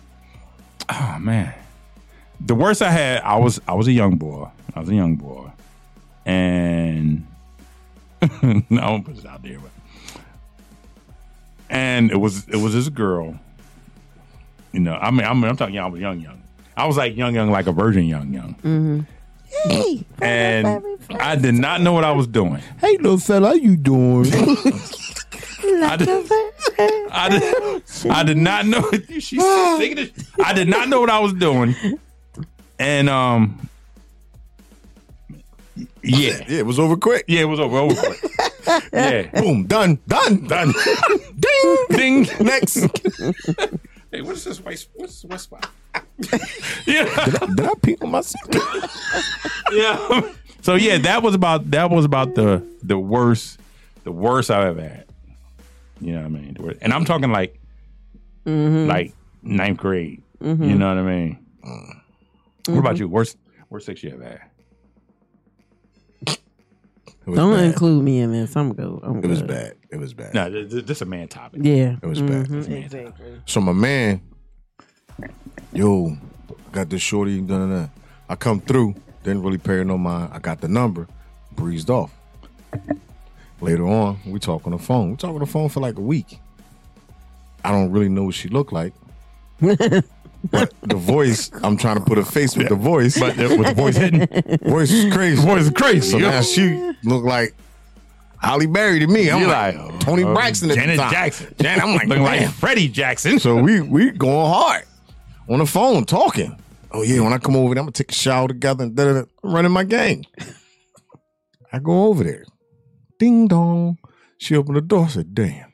Speaker 2: Oh man, the worst I had. I was I was a young boy. I was a young boy, and I won't put this out there, but and it was it was this girl. You know, I mean, I mean, I'm talking. I was young, young. I was like young, young, like a virgin, young, young.
Speaker 3: Mm-hmm. Hey,
Speaker 2: And I did not know what I was doing.
Speaker 1: Hey, little fella, how you doing?
Speaker 2: I did, I did, I did not know. <laughs> She's taking it. I did not know what I was doing, and um, yeah,
Speaker 1: yeah, it was over quick.
Speaker 2: yeah, it was over. over quick.
Speaker 3: <laughs>
Speaker 2: Yeah,
Speaker 1: Boom, done, done,
Speaker 2: done.
Speaker 1: ding,
Speaker 2: Ding. <laughs>
Speaker 1: next.
Speaker 2: Hey, what is this white? What's this white spot? <laughs> yeah,
Speaker 1: did, I, did I pee on myself?
Speaker 2: yeah. So yeah, that was about that was about the the worst the worst I've ever had. You know what I mean? The worst. And I'm talking like
Speaker 3: Mm-hmm.
Speaker 2: like ninth grade.
Speaker 3: Mhm.
Speaker 2: You know what I mean? What
Speaker 3: Mm-hmm.
Speaker 2: about you? Worst worst sex you ever had?
Speaker 1: It was
Speaker 3: Don't
Speaker 1: bad.
Speaker 3: include me in this. I'm good. I'm
Speaker 1: It was
Speaker 3: good.
Speaker 1: bad. It was bad.
Speaker 2: No, th- th- this a man topic.
Speaker 3: Yeah.
Speaker 1: It was bad.
Speaker 3: Mhm.
Speaker 1: So my man, yo, got this shorty. Da, da, da. I come through. Didn't really pay her no mind. I got the number. Breezed off. Later on, we talk on the phone. We talk on the phone for like a week. I don't really know what she looked like. but the voice, I'm trying to put a face with the voice.
Speaker 2: But uh, with the voice hitting,
Speaker 1: voice is
Speaker 2: <laughs>
Speaker 1: crazy.
Speaker 2: voice is crazy.
Speaker 1: So
Speaker 2: yo.
Speaker 1: now she look like Holly Berry to me. I'm
Speaker 2: You
Speaker 1: like,
Speaker 2: like,
Speaker 1: Tony
Speaker 2: oh,
Speaker 1: Braxton at
Speaker 2: Janet
Speaker 1: the time.
Speaker 2: Jackson.
Speaker 1: Janet, I'm like,
Speaker 2: looking like
Speaker 1: damn.
Speaker 2: Freddie Jackson.
Speaker 1: So we we going hard on the phone talking. Oh yeah, when I come over there, I'm gonna take a shower together and da-da-da. I'm running my game. I go over there. Ding dong. She opened the door, I said, damn.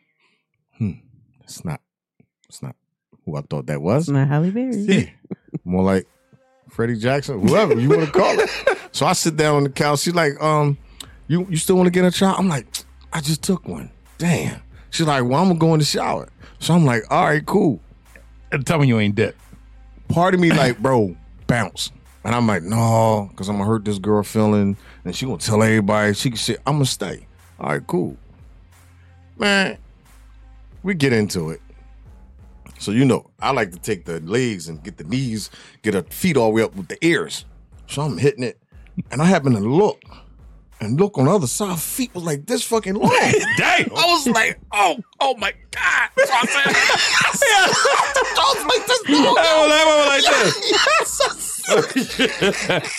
Speaker 1: Hmm. It's not it's not who I thought that was.
Speaker 3: It's not Halle Berry.
Speaker 1: Yeah. More like Freddie Jackson, whoever you want to call it. So I sit down on the couch. She's like, um, you you still want to get a shot? I'm like, I just took one. Damn. She's like, well, I'm gonna go in the shower. So I'm like, all right, cool.
Speaker 2: Tell me you ain't dead.
Speaker 1: Part of me like, bro, bounce. And I'm like, no, because I'm gonna hurt this girl feeling, and she gonna tell everybody. She can say, I'm gonna stay. All right, cool. Man, we get into it. So you know, I like to take the legs and get the knees, get her feet all the way up with the ears. So I'm hitting it, and I happen to look, and look on the other side. her Feet was like this fucking long. <laughs> I
Speaker 2: Dang.
Speaker 1: was like, oh, oh my god.
Speaker 2: <laughs>
Speaker 1: That's what I'm saying. I was like this long.
Speaker 2: I was like this.
Speaker 1: <laughs>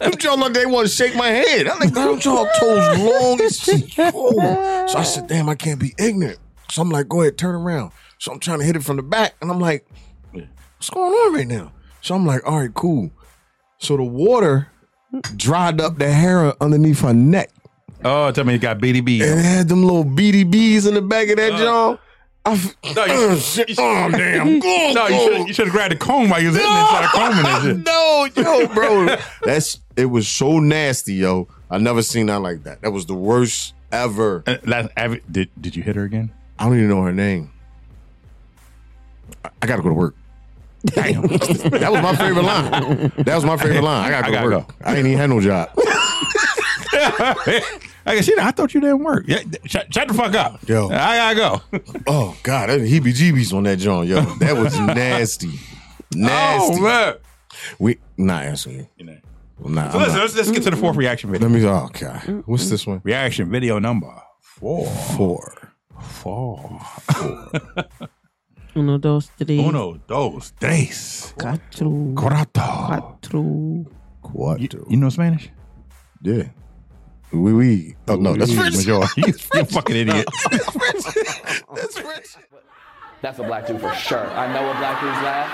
Speaker 1: Them John like they want to shake my head. I'm like, them John toes long as shit. Oh. So I said, damn, I can't be ignorant. So I'm like, go ahead, turn around. So I'm trying to hit it from the back, and I'm like, what's going on right now? So I'm like, all right, cool. So the water dried up the hair underneath her neck,
Speaker 2: Oh, tell me you got BDB.
Speaker 1: and it had them little BDBs in the back of that jaw. <clears throat> I f-
Speaker 2: Uh. No, you-
Speaker 1: oh, shit. oh damn! Go,
Speaker 2: <laughs> No, you
Speaker 1: go.
Speaker 2: should you should have grabbed the comb while you
Speaker 1: <laughs>
Speaker 2: was hitting it and started combing and shit.
Speaker 1: no, yo, bro. That's it was so nasty, yo. I never seen that like that. That was the worst ever.
Speaker 2: did did you hit her
Speaker 1: <laughs>
Speaker 2: again?
Speaker 1: I don't even know her name. I, I gotta go to work. Damn, <laughs> that was my favorite line. That was my favorite line. I gotta go
Speaker 2: I
Speaker 1: to
Speaker 2: gotta
Speaker 1: work. I ain't even had no job.
Speaker 2: I guess you know, I thought you didn't work. Yeah, shut, shut the fuck up.
Speaker 1: Yo,
Speaker 2: I gotta go.
Speaker 1: oh God, that heebie-jeebies on that joint, yo. That was nasty, <laughs> nasty.
Speaker 2: Oh, man.
Speaker 1: We not answering you. Well, nah,
Speaker 2: So
Speaker 1: I'm
Speaker 2: listen,
Speaker 1: not.
Speaker 2: let's, let's get to the fourth reaction video.
Speaker 1: Let me. Oh God, what's this one?
Speaker 2: Reaction video number four.
Speaker 1: Four.
Speaker 2: Four.
Speaker 3: Uno, dos, tres.
Speaker 2: Uno, dos, tres.
Speaker 3: Cuatro.
Speaker 2: Cuatro.
Speaker 3: Cuatro.
Speaker 1: What? dude?
Speaker 2: You know Spanish?
Speaker 1: Yeah. We we. Oh no, that's
Speaker 2: Oui,
Speaker 1: French.
Speaker 2: major.
Speaker 1: <laughs>
Speaker 2: <laughs> You, you fucking idiot.
Speaker 1: That's French.
Speaker 10: That's a black dude for sure. I know what black dudes laugh.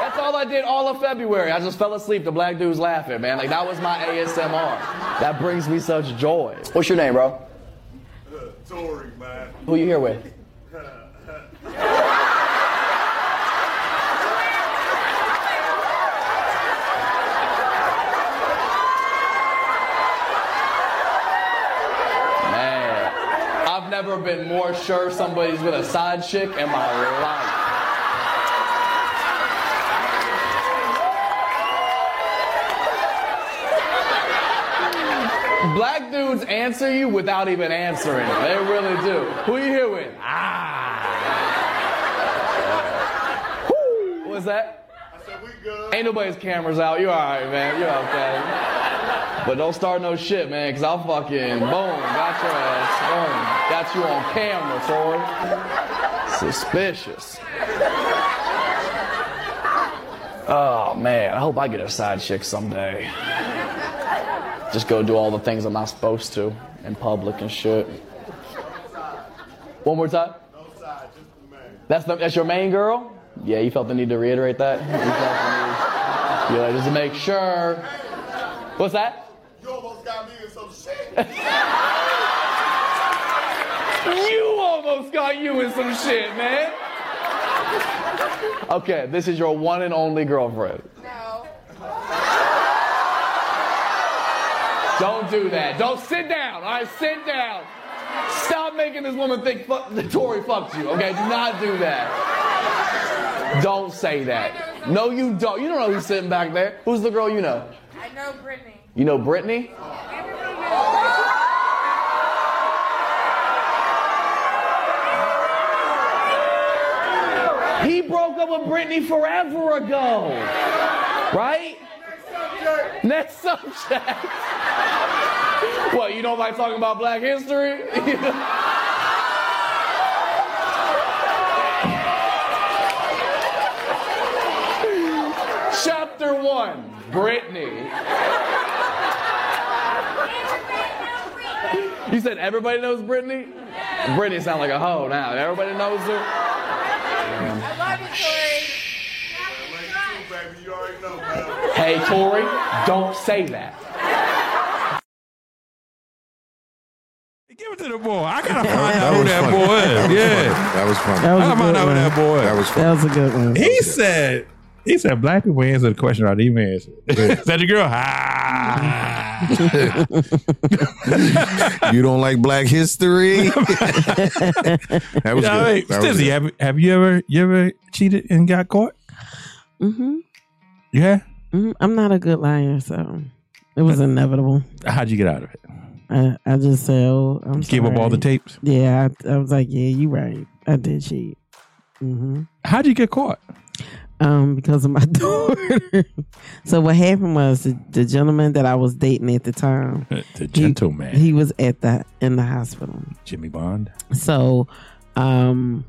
Speaker 10: That's all I did all of February. I just fell asleep to black dudes laughing, man. Like that was my ASMR. That brings me such joy. What's your name, bro?
Speaker 9: Tory, man.
Speaker 10: Who you here with? Man, I've never been more sure somebody's with a side chick in my life. Black dudes answer you without even answering. They really do. Who you here with? Ah. Woo. What's that? Ain't nobody's cameras out. You all right, man. You okay. But don't start no shit, man, because I'll fucking boom, got your ass, boom, got you on camera, Tori. Suspicious. Oh man, I hope I get a side chick someday. Just go do all the things I'm not supposed to in public and shit. One more time. That's the, that's your main girl. Yeah, you felt the need to reiterate that. You felt the need- Yeah, just to make sure. What's that?
Speaker 9: You almost got me in some shit.
Speaker 10: <laughs> You almost got you in some shit, man. Okay, this is your one and only girlfriend. Don't do that. Don't sit down. All right, sit down. Stop making this woman think fuck, <laughs> that Tory fucked you. Okay, do not do that. Don't say that. No, you don't. You don't know who's sitting back there. Who's the girl you know?
Speaker 12: I know Brittany.
Speaker 10: You know Brittany? He broke up with Brittany forever ago. Right? Next <laughs> subject. what, you don't like talking about black history? <laughs> Chapter one, Brittany. You said everybody knows Brittany? Brittany sound like a hoe now. Everybody knows her.
Speaker 9: I love you, Tory. baby. You already know, man.
Speaker 10: Hey, Tori, don't say that.
Speaker 2: Give it to the boy. I gotta find out who that boy is. Yeah.
Speaker 1: That was funny.
Speaker 2: That was I don't a mind good how that one. boy-
Speaker 1: That was funny.
Speaker 3: That was a good one.
Speaker 2: He said, he said, black people answer the question I didn't even answer. <laughs> Is that your girl? Ah.
Speaker 1: you don't like Black History? that was
Speaker 2: Yeah,
Speaker 1: good.
Speaker 2: wait,
Speaker 1: That was
Speaker 2: Stizzy,
Speaker 1: good.
Speaker 2: have, have you ever you ever cheated and got caught?
Speaker 3: Mm-hmm.
Speaker 2: Yeah.
Speaker 3: hmm I'm not a good liar, so it was inevitable.
Speaker 2: How'd you get out of it?
Speaker 3: I, I just said, oh, I'm
Speaker 2: Give up all the
Speaker 3: sorry.
Speaker 2: tapes.
Speaker 3: Yeah, I, I was like, yeah, you right. I did cheat. hmm
Speaker 2: How'd you get caught?
Speaker 3: Um, because of my <laughs> daughter. so what happened was the, the gentleman that I was dating at the time,
Speaker 2: The
Speaker 3: he-
Speaker 2: gentleman,
Speaker 3: he was at the in the hospital.
Speaker 2: Jimmy Bond.
Speaker 3: So, um,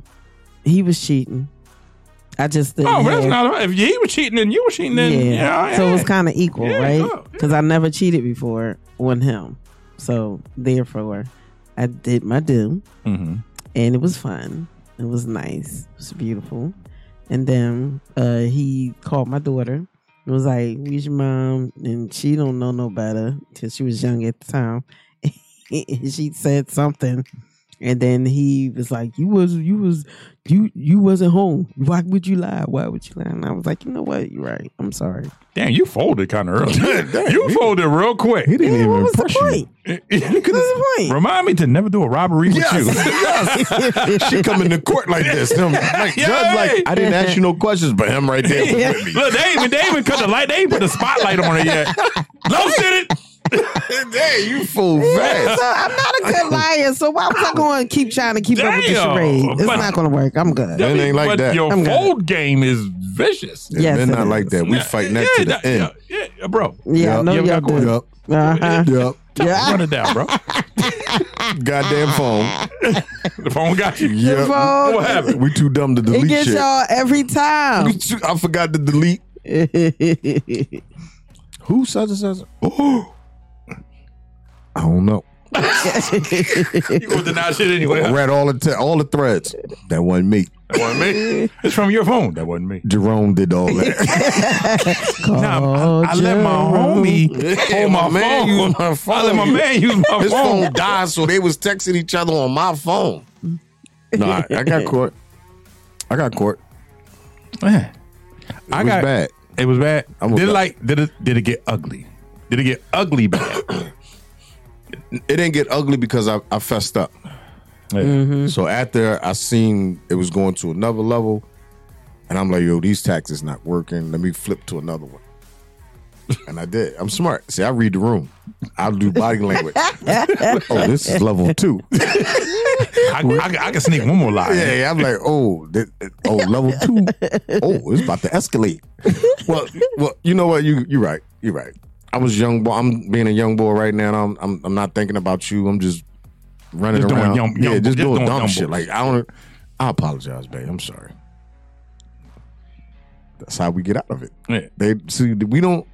Speaker 3: he was cheating. I just didn't.
Speaker 2: Oh, well, that's
Speaker 3: have-
Speaker 2: not. If he was cheating and you were cheating,
Speaker 3: yeah.
Speaker 2: then yeah.
Speaker 3: So it was
Speaker 2: yeah.
Speaker 3: kind of equal,
Speaker 2: Yeah,
Speaker 3: right? 'Cause
Speaker 2: sure,
Speaker 3: right? Because I never cheated before on him, so therefore, I did my due,
Speaker 2: Mhm.
Speaker 3: and it was fun. It was nice. It was beautiful. And then uh, he called my daughter. It was like, "Where's your mom?" And she don't <laughs> know no better because she was young at the time. she said something And then he was like, "You was you was you you wasn't home. Why would you lie? Why would you lie?" And I was like, "You know what? You're right. I'm sorry."
Speaker 2: Damn, you folded kind of early. <laughs> you folded real quick. He <laughs>
Speaker 3: didn't even what was the point?
Speaker 2: Remind me to never do a robbery with you.
Speaker 1: <laughs>
Speaker 2: <laughs>
Speaker 1: she coming to court like this. Him, like, judge, like I didn't ask you no questions, but him right there
Speaker 2: <laughs>
Speaker 1: with me.
Speaker 2: Look, they even they even cut the light. They ain't put the spotlight on it yet.
Speaker 3: <laughs>
Speaker 2: Low did it.
Speaker 1: Damn, you fool
Speaker 3: Yeah,
Speaker 1: fast.
Speaker 3: so I'm not a <laughs> good liar, so why was I going to keep trying to keep up with the
Speaker 2: Damn,
Speaker 3: charade? It's
Speaker 2: but-
Speaker 3: not going to work. I'm good.
Speaker 1: It ain't like
Speaker 2: but
Speaker 1: that.
Speaker 2: Your
Speaker 1: I'm good.
Speaker 2: fold game is vicious.
Speaker 1: Yeah, Yes, they're it not like is. that. We fighting that to the end.
Speaker 2: Yeah, yeah, bro.
Speaker 3: Yeah,
Speaker 1: Yup.
Speaker 3: no,
Speaker 1: Yup,
Speaker 3: y'all
Speaker 1: got caught
Speaker 3: did.
Speaker 1: up.
Speaker 3: Uh-huh.
Speaker 1: Yep.
Speaker 3: Yeah.
Speaker 2: Run it down, bro.
Speaker 1: Goddamn phone.
Speaker 2: the phone got you.
Speaker 1: Yep.
Speaker 3: phone.
Speaker 2: What happened?
Speaker 1: We too dumb to
Speaker 3: It
Speaker 1: delete
Speaker 3: gets
Speaker 1: shit.
Speaker 3: y'all every time.
Speaker 1: We too- I forgot to delete. Who such and such? Oh, I don't know.
Speaker 2: You gonna deny shit
Speaker 3: <laughs>
Speaker 2: anyway.
Speaker 1: I
Speaker 2: huh?
Speaker 1: read all the te- all the threads. That wasn't me.
Speaker 2: That wasn't me. It's from your phone. That wasn't me.
Speaker 1: Jerome did all that.
Speaker 2: Nah, I, I let my
Speaker 1: <laughs>
Speaker 2: homie hold my, phone.
Speaker 1: used Oh, my
Speaker 2: I let my man use my
Speaker 1: <laughs> His
Speaker 2: phone.
Speaker 1: phone died, so they was texting each other on my phone. Nah, I <laughs> got caught. I got caught.
Speaker 2: <laughs> Man,
Speaker 1: It
Speaker 2: I
Speaker 1: was
Speaker 2: got
Speaker 1: bad.
Speaker 2: It was bad.
Speaker 1: I'm
Speaker 2: did it
Speaker 1: okay.
Speaker 2: like did it did it get ugly? Did it get ugly
Speaker 1: <coughs>
Speaker 2: bad?
Speaker 1: It didn't get ugly because I, I fessed up.
Speaker 2: Yeah.
Speaker 1: So after I seen it was going to another level, and I'm like, yo, these taxes not working. Let me flip to another one. And I did. I'm smart. See, I read the room. I do body language. oh, this is level two.
Speaker 2: I, I, I can sneak one more lie.
Speaker 1: Yeah, yeah, I'm like, oh, th- oh, level two. Oh, it's about to escalate. Well, well, you know what? You you're right. You're right. I was young boy. I'm being a young boy right now. And I'm I'm I'm not thinking about you. I'm just running
Speaker 2: Just doing
Speaker 1: around.
Speaker 2: young-
Speaker 1: yeah,
Speaker 2: young-
Speaker 1: just,
Speaker 2: just
Speaker 1: doing,
Speaker 2: doing
Speaker 1: dumb
Speaker 2: young
Speaker 1: shit.
Speaker 2: boys.
Speaker 1: Like I don't. I apologize, babe. I'm sorry. That's how we get out of it.
Speaker 2: Yeah.
Speaker 1: They see we don't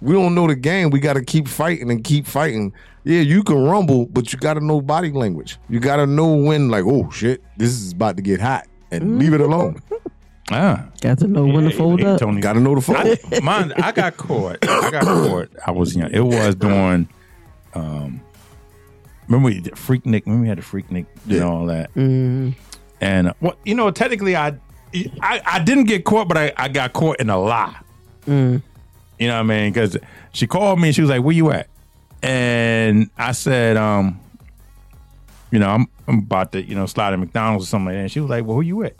Speaker 1: we don't know the game. We got to keep fighting and keep fighting. Yeah, you can rumble, but you got to know body language. You got to know when, like, oh shit, this is about to get hot, and leave it alone.
Speaker 2: Ah.
Speaker 3: <laughs> Got to know when to fold up.
Speaker 2: Tony.
Speaker 1: got to know the phone.
Speaker 2: I, mine, I got caught. I got caught. I was young. It was during. Um, remember we did Freaknik. Remember we had the Freaknik and all that. And what you know, technically, I, I I didn't get caught, but I I got caught in a lie. You know what I mean? Because she called me and she was like, "Where you at?" And I said, um, you know, I'm I'm about to you know slide at McDonald's or something like that. And she was like, "Well, who you at?"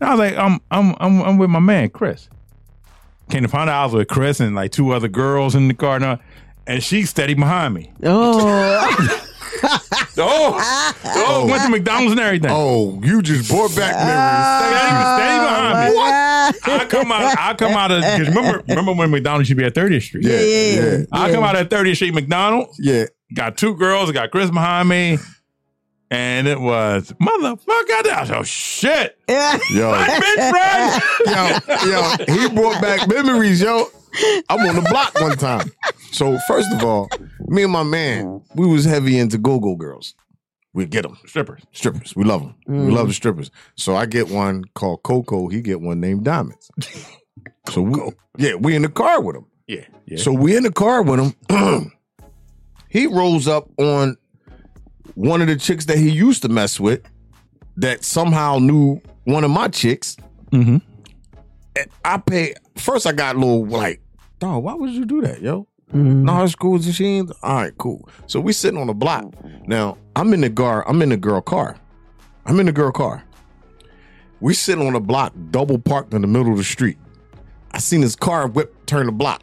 Speaker 2: And I was like, "I'm I'm I'm I'm with my man Chris." Came to find out I was with Chris and like two other girls in the car, and, all- and she steady behind me.
Speaker 3: Oh,
Speaker 2: Oh, oh, went to McDonald's and everything.
Speaker 1: Oh, you just brought back memories.
Speaker 2: Steady, steady behind me.
Speaker 3: Oh, what?
Speaker 2: I come out. I come out of. 'cause Remember, remember when McDonald's should be at 30th Street.
Speaker 1: Yeah,
Speaker 3: <laughs> yeah,
Speaker 1: yeah,
Speaker 2: I come out at 30th Street McDonald's.
Speaker 1: yeah.
Speaker 2: Got two girls. Got Chris behind me, and it was motherfucker. I was, Oh shit!
Speaker 3: Yeah. <laughs>
Speaker 1: Yo,
Speaker 2: Bitch, run!
Speaker 1: yo, yo, he brought back memories, yo. I'm on the block one time. So first of all, me and my man, we was heavy into go-go girls. We get them.
Speaker 2: Strippers.
Speaker 1: strippers. We love them. We love the strippers. So I get one called Coco. He get one named Diamonds. so we, yeah, we in the car with him.
Speaker 2: Yeah, yeah.
Speaker 1: So we in the car with him. <clears throat> he rolls up on one of the chicks that he used to mess with that somehow knew one of my chicks.
Speaker 2: Mhm.
Speaker 1: And I pay first I got a little like, dog, why would you do that, yo? No, it's cool. She ain't. All right, cool. So we sitting on the block. Now I'm in the gar. I'm in the girl car. I'm in the girl car. We sitting on a block, double parked in the middle of the street. I seen his car whip turn the block,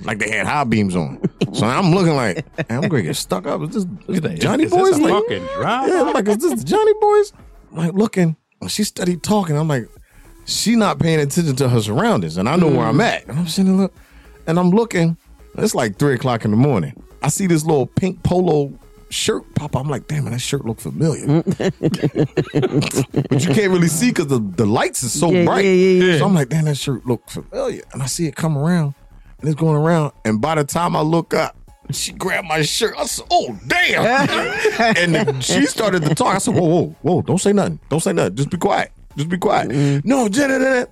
Speaker 1: like they had high beams on. So I'm looking like, "Man, I'm gonna get stuck up. Is this, is
Speaker 2: Is-
Speaker 1: this Johnny
Speaker 2: is this
Speaker 1: Boys?
Speaker 2: a
Speaker 1: Like,
Speaker 2: fucking drive?
Speaker 1: yeah, I'm like, is this Johnny Boys? I'm like looking. and She studied talking. I'm like, she not paying attention to her surroundings, and I know where I'm
Speaker 2: Mm.
Speaker 1: at. And I'm sitting there, look, and I'm looking. It's like three o'clock in the morning. I see this little pink polo shirt pop. up. I'm like, damn, man, that shirt look familiar, but you can't really see because the, the lights is so
Speaker 3: Yeah,
Speaker 1: bright.
Speaker 3: yeah, yeah,
Speaker 1: So I'm like, damn, that shirt look familiar, and I see it come around, and it's going around. And by the time I look up. She grabbed my shirt. I said, "Oh
Speaker 3: <laughs>
Speaker 1: damn!" and then she started to talk. I said, "Whoa, whoa, whoa! Don't say nothing. Don't say nothing. Just be quiet. Just be quiet."
Speaker 3: Mm-hmm.
Speaker 1: No, da, da, da, da.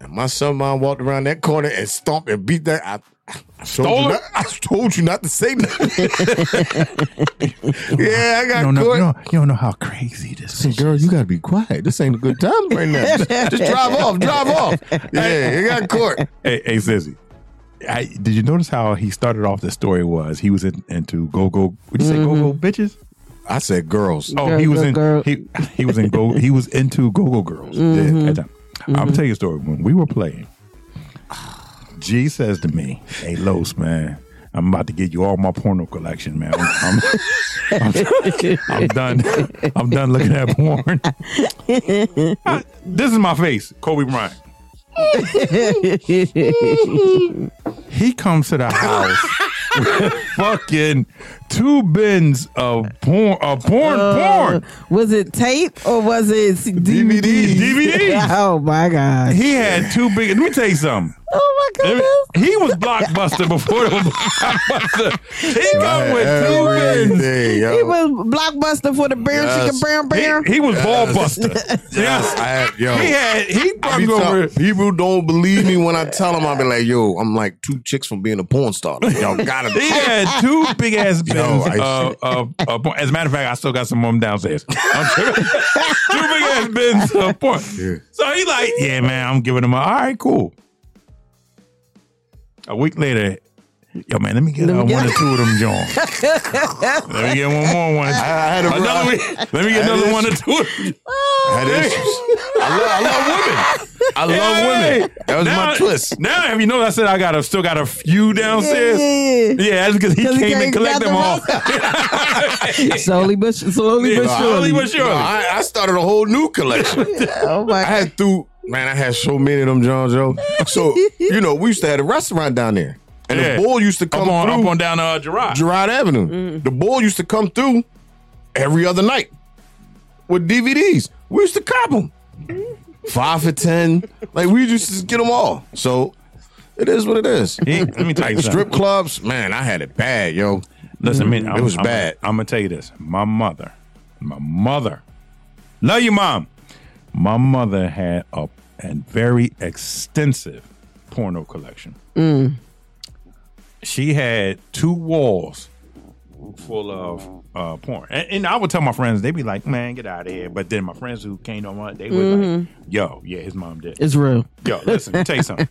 Speaker 1: And my son mom walked around that corner and stomped and beat that. I, Told you not- I told you not to say
Speaker 3: <laughs>
Speaker 1: nothing. <laughs> yeah, I got
Speaker 2: you don't, know,
Speaker 1: caught.
Speaker 2: you, don't, you don't know how crazy this
Speaker 1: Say, girl, you gotta be quiet. This ain't a good time right now. Just, just drive off, drive <laughs> off. Yeah, you got caught.
Speaker 2: Hey, hey Sissy. I, did you notice how he started off the story was he was in, into go go would you say
Speaker 1: Mm-hmm.
Speaker 2: go go bitches?
Speaker 1: I said girls.
Speaker 2: Oh,
Speaker 1: Girl,
Speaker 2: he was
Speaker 1: girl,
Speaker 2: in he he was in go he was into go go girls.
Speaker 1: Mm-hmm.
Speaker 2: Yeah, at that time. I'm tell you a story. When we were playing, G says to me, "Hey Los, man, I'm about to get you all my porno collection, man. I'm, <laughs> I'm, I'm- I'm done. I'm done looking at porn. I- <laughs> this is my face, Kobe Bryant. he comes to the house with fucking two bins of porn, of porn,
Speaker 3: Uh,
Speaker 2: porn.
Speaker 3: Was it tape or was it DVD?
Speaker 2: DVDs, DVDs.
Speaker 3: <laughs> oh my god.
Speaker 2: He had two big. Let me tell you something.
Speaker 3: Oh my
Speaker 2: Let me- He was blockbuster before the blockbuster. He come with two bins.
Speaker 1: Everything, yo.
Speaker 3: He was blockbuster for the bear
Speaker 1: Yes.
Speaker 3: chicken brown bear.
Speaker 2: He was ball buster.
Speaker 1: Yes, I had, yo.
Speaker 2: He had- he
Speaker 1: I be
Speaker 2: fucked over-
Speaker 1: tell- People don't believe me when I tell them. I be like, yo, I'm like two chicks from being a porn star. Like,
Speaker 2: <laughs>
Speaker 1: y'all gotta.
Speaker 2: He had
Speaker 1: <laughs>
Speaker 2: two Uh, big ass bins.
Speaker 1: Yo, I-
Speaker 2: of- of- of porn. as a matter of fact, I still got some of them downstairs. I'm tripping.
Speaker 1: <laughs>
Speaker 2: two big ass bins of porn. So he like, yeah, man, I'm giving him a. All right, cool. A week later, yo, man, let me get uh,
Speaker 8: Let me
Speaker 2: one or
Speaker 8: get-
Speaker 2: two of them, John.
Speaker 1: <laughs>
Speaker 2: Let me get one more one.
Speaker 1: had a-
Speaker 2: another week. Let me get
Speaker 1: I had
Speaker 2: another one or
Speaker 1: issues.
Speaker 2: two.
Speaker 1: Had issues. I love, I love women. I love women. That was
Speaker 2: now,
Speaker 1: my twist.
Speaker 2: Now, have you noticed I said I got a, still got a few downstairs?
Speaker 3: Yeah.
Speaker 2: that's because he
Speaker 3: 'Cause he
Speaker 2: came
Speaker 3: came
Speaker 2: and
Speaker 3: got
Speaker 2: collected
Speaker 3: the
Speaker 2: them all. <laughs>
Speaker 3: <laughs> slowly but slowly but surely.
Speaker 2: Slowly but surely.
Speaker 1: No, I, I started a whole new collection.
Speaker 3: oh my! I
Speaker 1: had through man. I had so many of them, John Joe. So you know, we used to have a restaurant down there, and
Speaker 2: Yeah.
Speaker 1: the bull used to
Speaker 2: Up
Speaker 1: come
Speaker 2: on-
Speaker 1: through
Speaker 2: up on down, uh, Girard.
Speaker 1: Girard Avenue. The bull used to come through every other night with DVDs. We used to cop them five for ten. Like we used to get them all. So. It is what it is.
Speaker 2: let me tell you
Speaker 1: Like,
Speaker 2: something.
Speaker 1: <laughs> strip clubs, man. I had it bad, yo.
Speaker 2: Listen, man,
Speaker 1: it was bad.
Speaker 2: I'm gonna tell you this. My mother, my mother, love you, mom. My mother had a, a very extensive porno collection.
Speaker 3: Mm.
Speaker 2: She had two walls full of uh, porn, and, and I would tell my friends. They'd be like, "Man, get out of here!" But then my friends who came on, my- they were
Speaker 3: Mhm.
Speaker 2: like, "Yo, yeah, his mom did."
Speaker 3: It's real.
Speaker 2: Yo, listen, let me tell you something.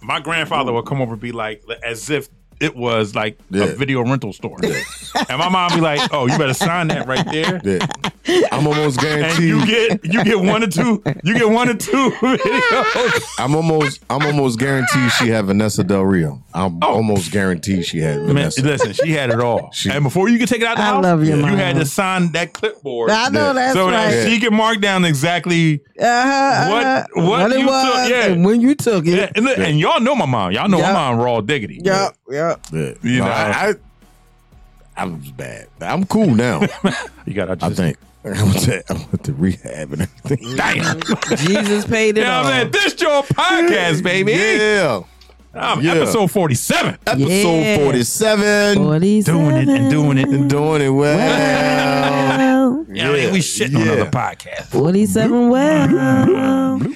Speaker 2: My grandfather would come over and be like, as if it was like a video rental store. And my mom be like, oh, you better sign that right there.
Speaker 1: I'm almost
Speaker 2: <laughs> And
Speaker 1: guaranteed.
Speaker 2: you get you get one or two. You get one or two <laughs> videos.
Speaker 1: I'm almost I'm almost guaranteed she had Vanessa Del Rio. I'm almost guaranteed she had
Speaker 2: Oh. Man,
Speaker 1: Vanessa.
Speaker 2: listen, she had it all. and before you could take it out the
Speaker 1: I
Speaker 2: house,
Speaker 1: love
Speaker 2: you
Speaker 1: your mom.
Speaker 2: had to sign that clipboard.
Speaker 1: I know, that's
Speaker 2: so that
Speaker 1: right.
Speaker 2: she could mark down exactly
Speaker 3: Uh-huh,
Speaker 2: what
Speaker 3: uh-huh.
Speaker 2: what,
Speaker 3: it
Speaker 2: you
Speaker 3: was
Speaker 2: took. Yeah.
Speaker 3: and when you took it.
Speaker 2: Yeah, <laughs> and, look, and y'all know my mom. Y'all know
Speaker 3: Yeah.
Speaker 2: my mom raw diggity.
Speaker 3: Yep, yep.
Speaker 1: Yeah.
Speaker 2: You
Speaker 1: No,
Speaker 2: know.
Speaker 1: I, I I was bad. I'm cool now.
Speaker 2: you got. I
Speaker 1: think <laughs> I went to, I went to rehab and <laughs> everything.
Speaker 2: Damn.
Speaker 3: Jesus paid it
Speaker 2: Yeah,
Speaker 3: all.
Speaker 2: man, this your podcast, baby.
Speaker 1: Yeah.
Speaker 2: I'm
Speaker 1: Yeah.
Speaker 2: episode 47.
Speaker 1: Episode
Speaker 2: Yeah.
Speaker 1: 47.
Speaker 2: Doing it and doing it
Speaker 1: and doing it well.
Speaker 3: Well,
Speaker 2: Yeah, I mean, we shitting on other podcasts.
Speaker 3: 47 well.